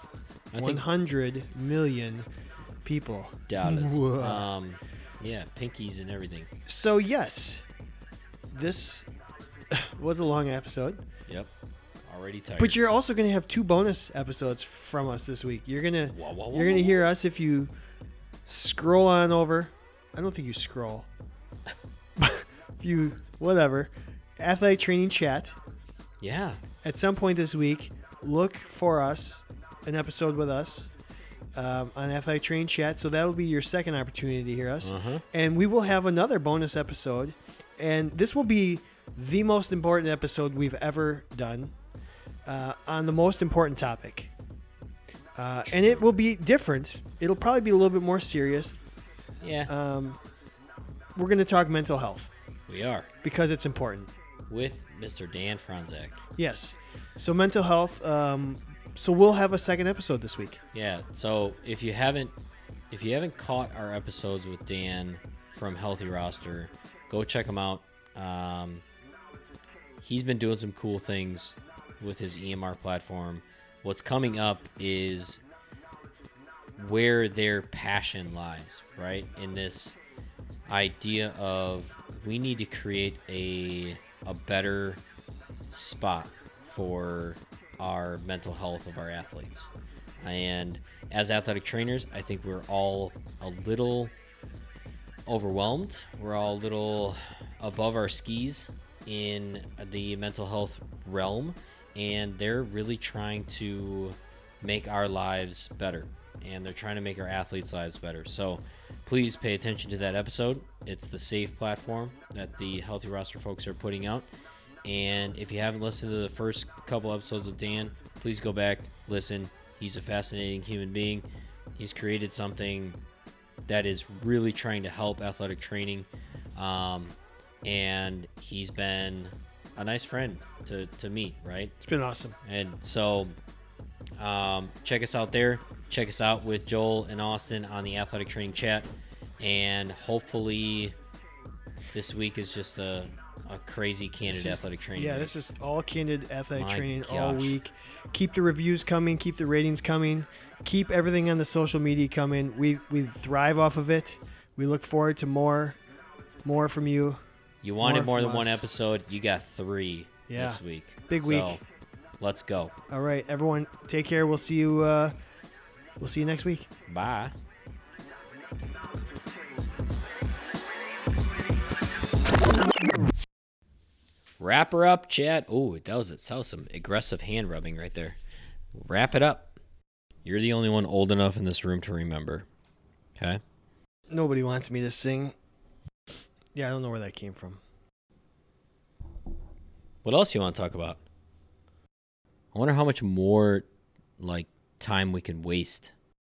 S1: I
S2: One
S1: think
S2: hundred million people.
S1: doubt is.
S2: Whoa.
S1: Um, yeah, pinkies and everything.
S2: So yes, this was a long episode.
S1: Yep. Already tired.
S2: But you're also gonna have two bonus episodes from us this week. You're gonna
S1: Wah, wah, wah,
S2: you're gonna
S1: wah,
S2: hear us if you scroll on over. I don't think you scroll. if you whatever, athletic training chat.
S1: yeah.
S2: At some point this week, look for us an episode with us um, on athletic training chat. So that'll be your second opportunity to hear us,
S1: Uh-huh.
S2: and we will have another bonus episode, and this will be the most important episode we've ever done uh, on the most important topic. Uh, and it will be different. It'll probably be a little bit more serious.
S1: Yeah.
S2: Um, we're going to talk mental health
S1: we are
S2: because it's important.
S1: with Mr. Dan Franzak.
S2: Yes. So, mental health. Um, so, we'll have a second episode this week.
S1: Yeah. So if you haven't, if you haven't caught our episodes with Dan from Healthy Roster, go check him out. Um, he's been doing some cool things with his EMR platform. What's coming up is where their passion lies, right? In this idea of we need to create a a better spot for our mental health of our athletes. And as athletic trainers, I think we're all a little overwhelmed. We're all a little above our skis in the mental health realm, and they're really trying to make our lives better. And they're trying to make our athletes' lives better. So please pay attention to that episode. It's the safe platform that the Healthy Roster folks are putting out. And if you haven't listened to the first couple episodes with Dan, please go back, listen. He's a fascinating human being. He's created something that is really trying to help athletic training. Um, and he's been a nice friend to, to me, right?
S2: It's been awesome.
S1: And so um, check us out there. Check us out with Joel and Austin on the athletic training chat. And hopefully, this week is just a, a crazy candid
S2: This is-
S1: athletic training.
S2: Yeah,
S1: week.
S2: this is all candid athletic
S1: My
S2: training all
S1: gosh.
S2: week. Keep the reviews coming, keep the ratings coming, keep everything on the social media coming. We we thrive off of it. We look forward to more more from you.
S1: You wanted more,
S2: more from
S1: than one
S2: us.
S1: episode. You got three
S2: Yeah.
S1: this week.
S2: Big
S1: so,
S2: week.
S1: Let's go.
S2: All right, everyone, take care. We'll see you uh we'll see you next week.
S1: Bye. Wrap her up, chat. Oh, that was it. That was some aggressive hand rubbing right there. Wrap it up. You're the only one old enough in this room to remember. Okay?
S2: Nobody wants me to sing. Yeah, I don't know where that came from.
S1: What else you want to talk about? I wonder how much more like time we can waste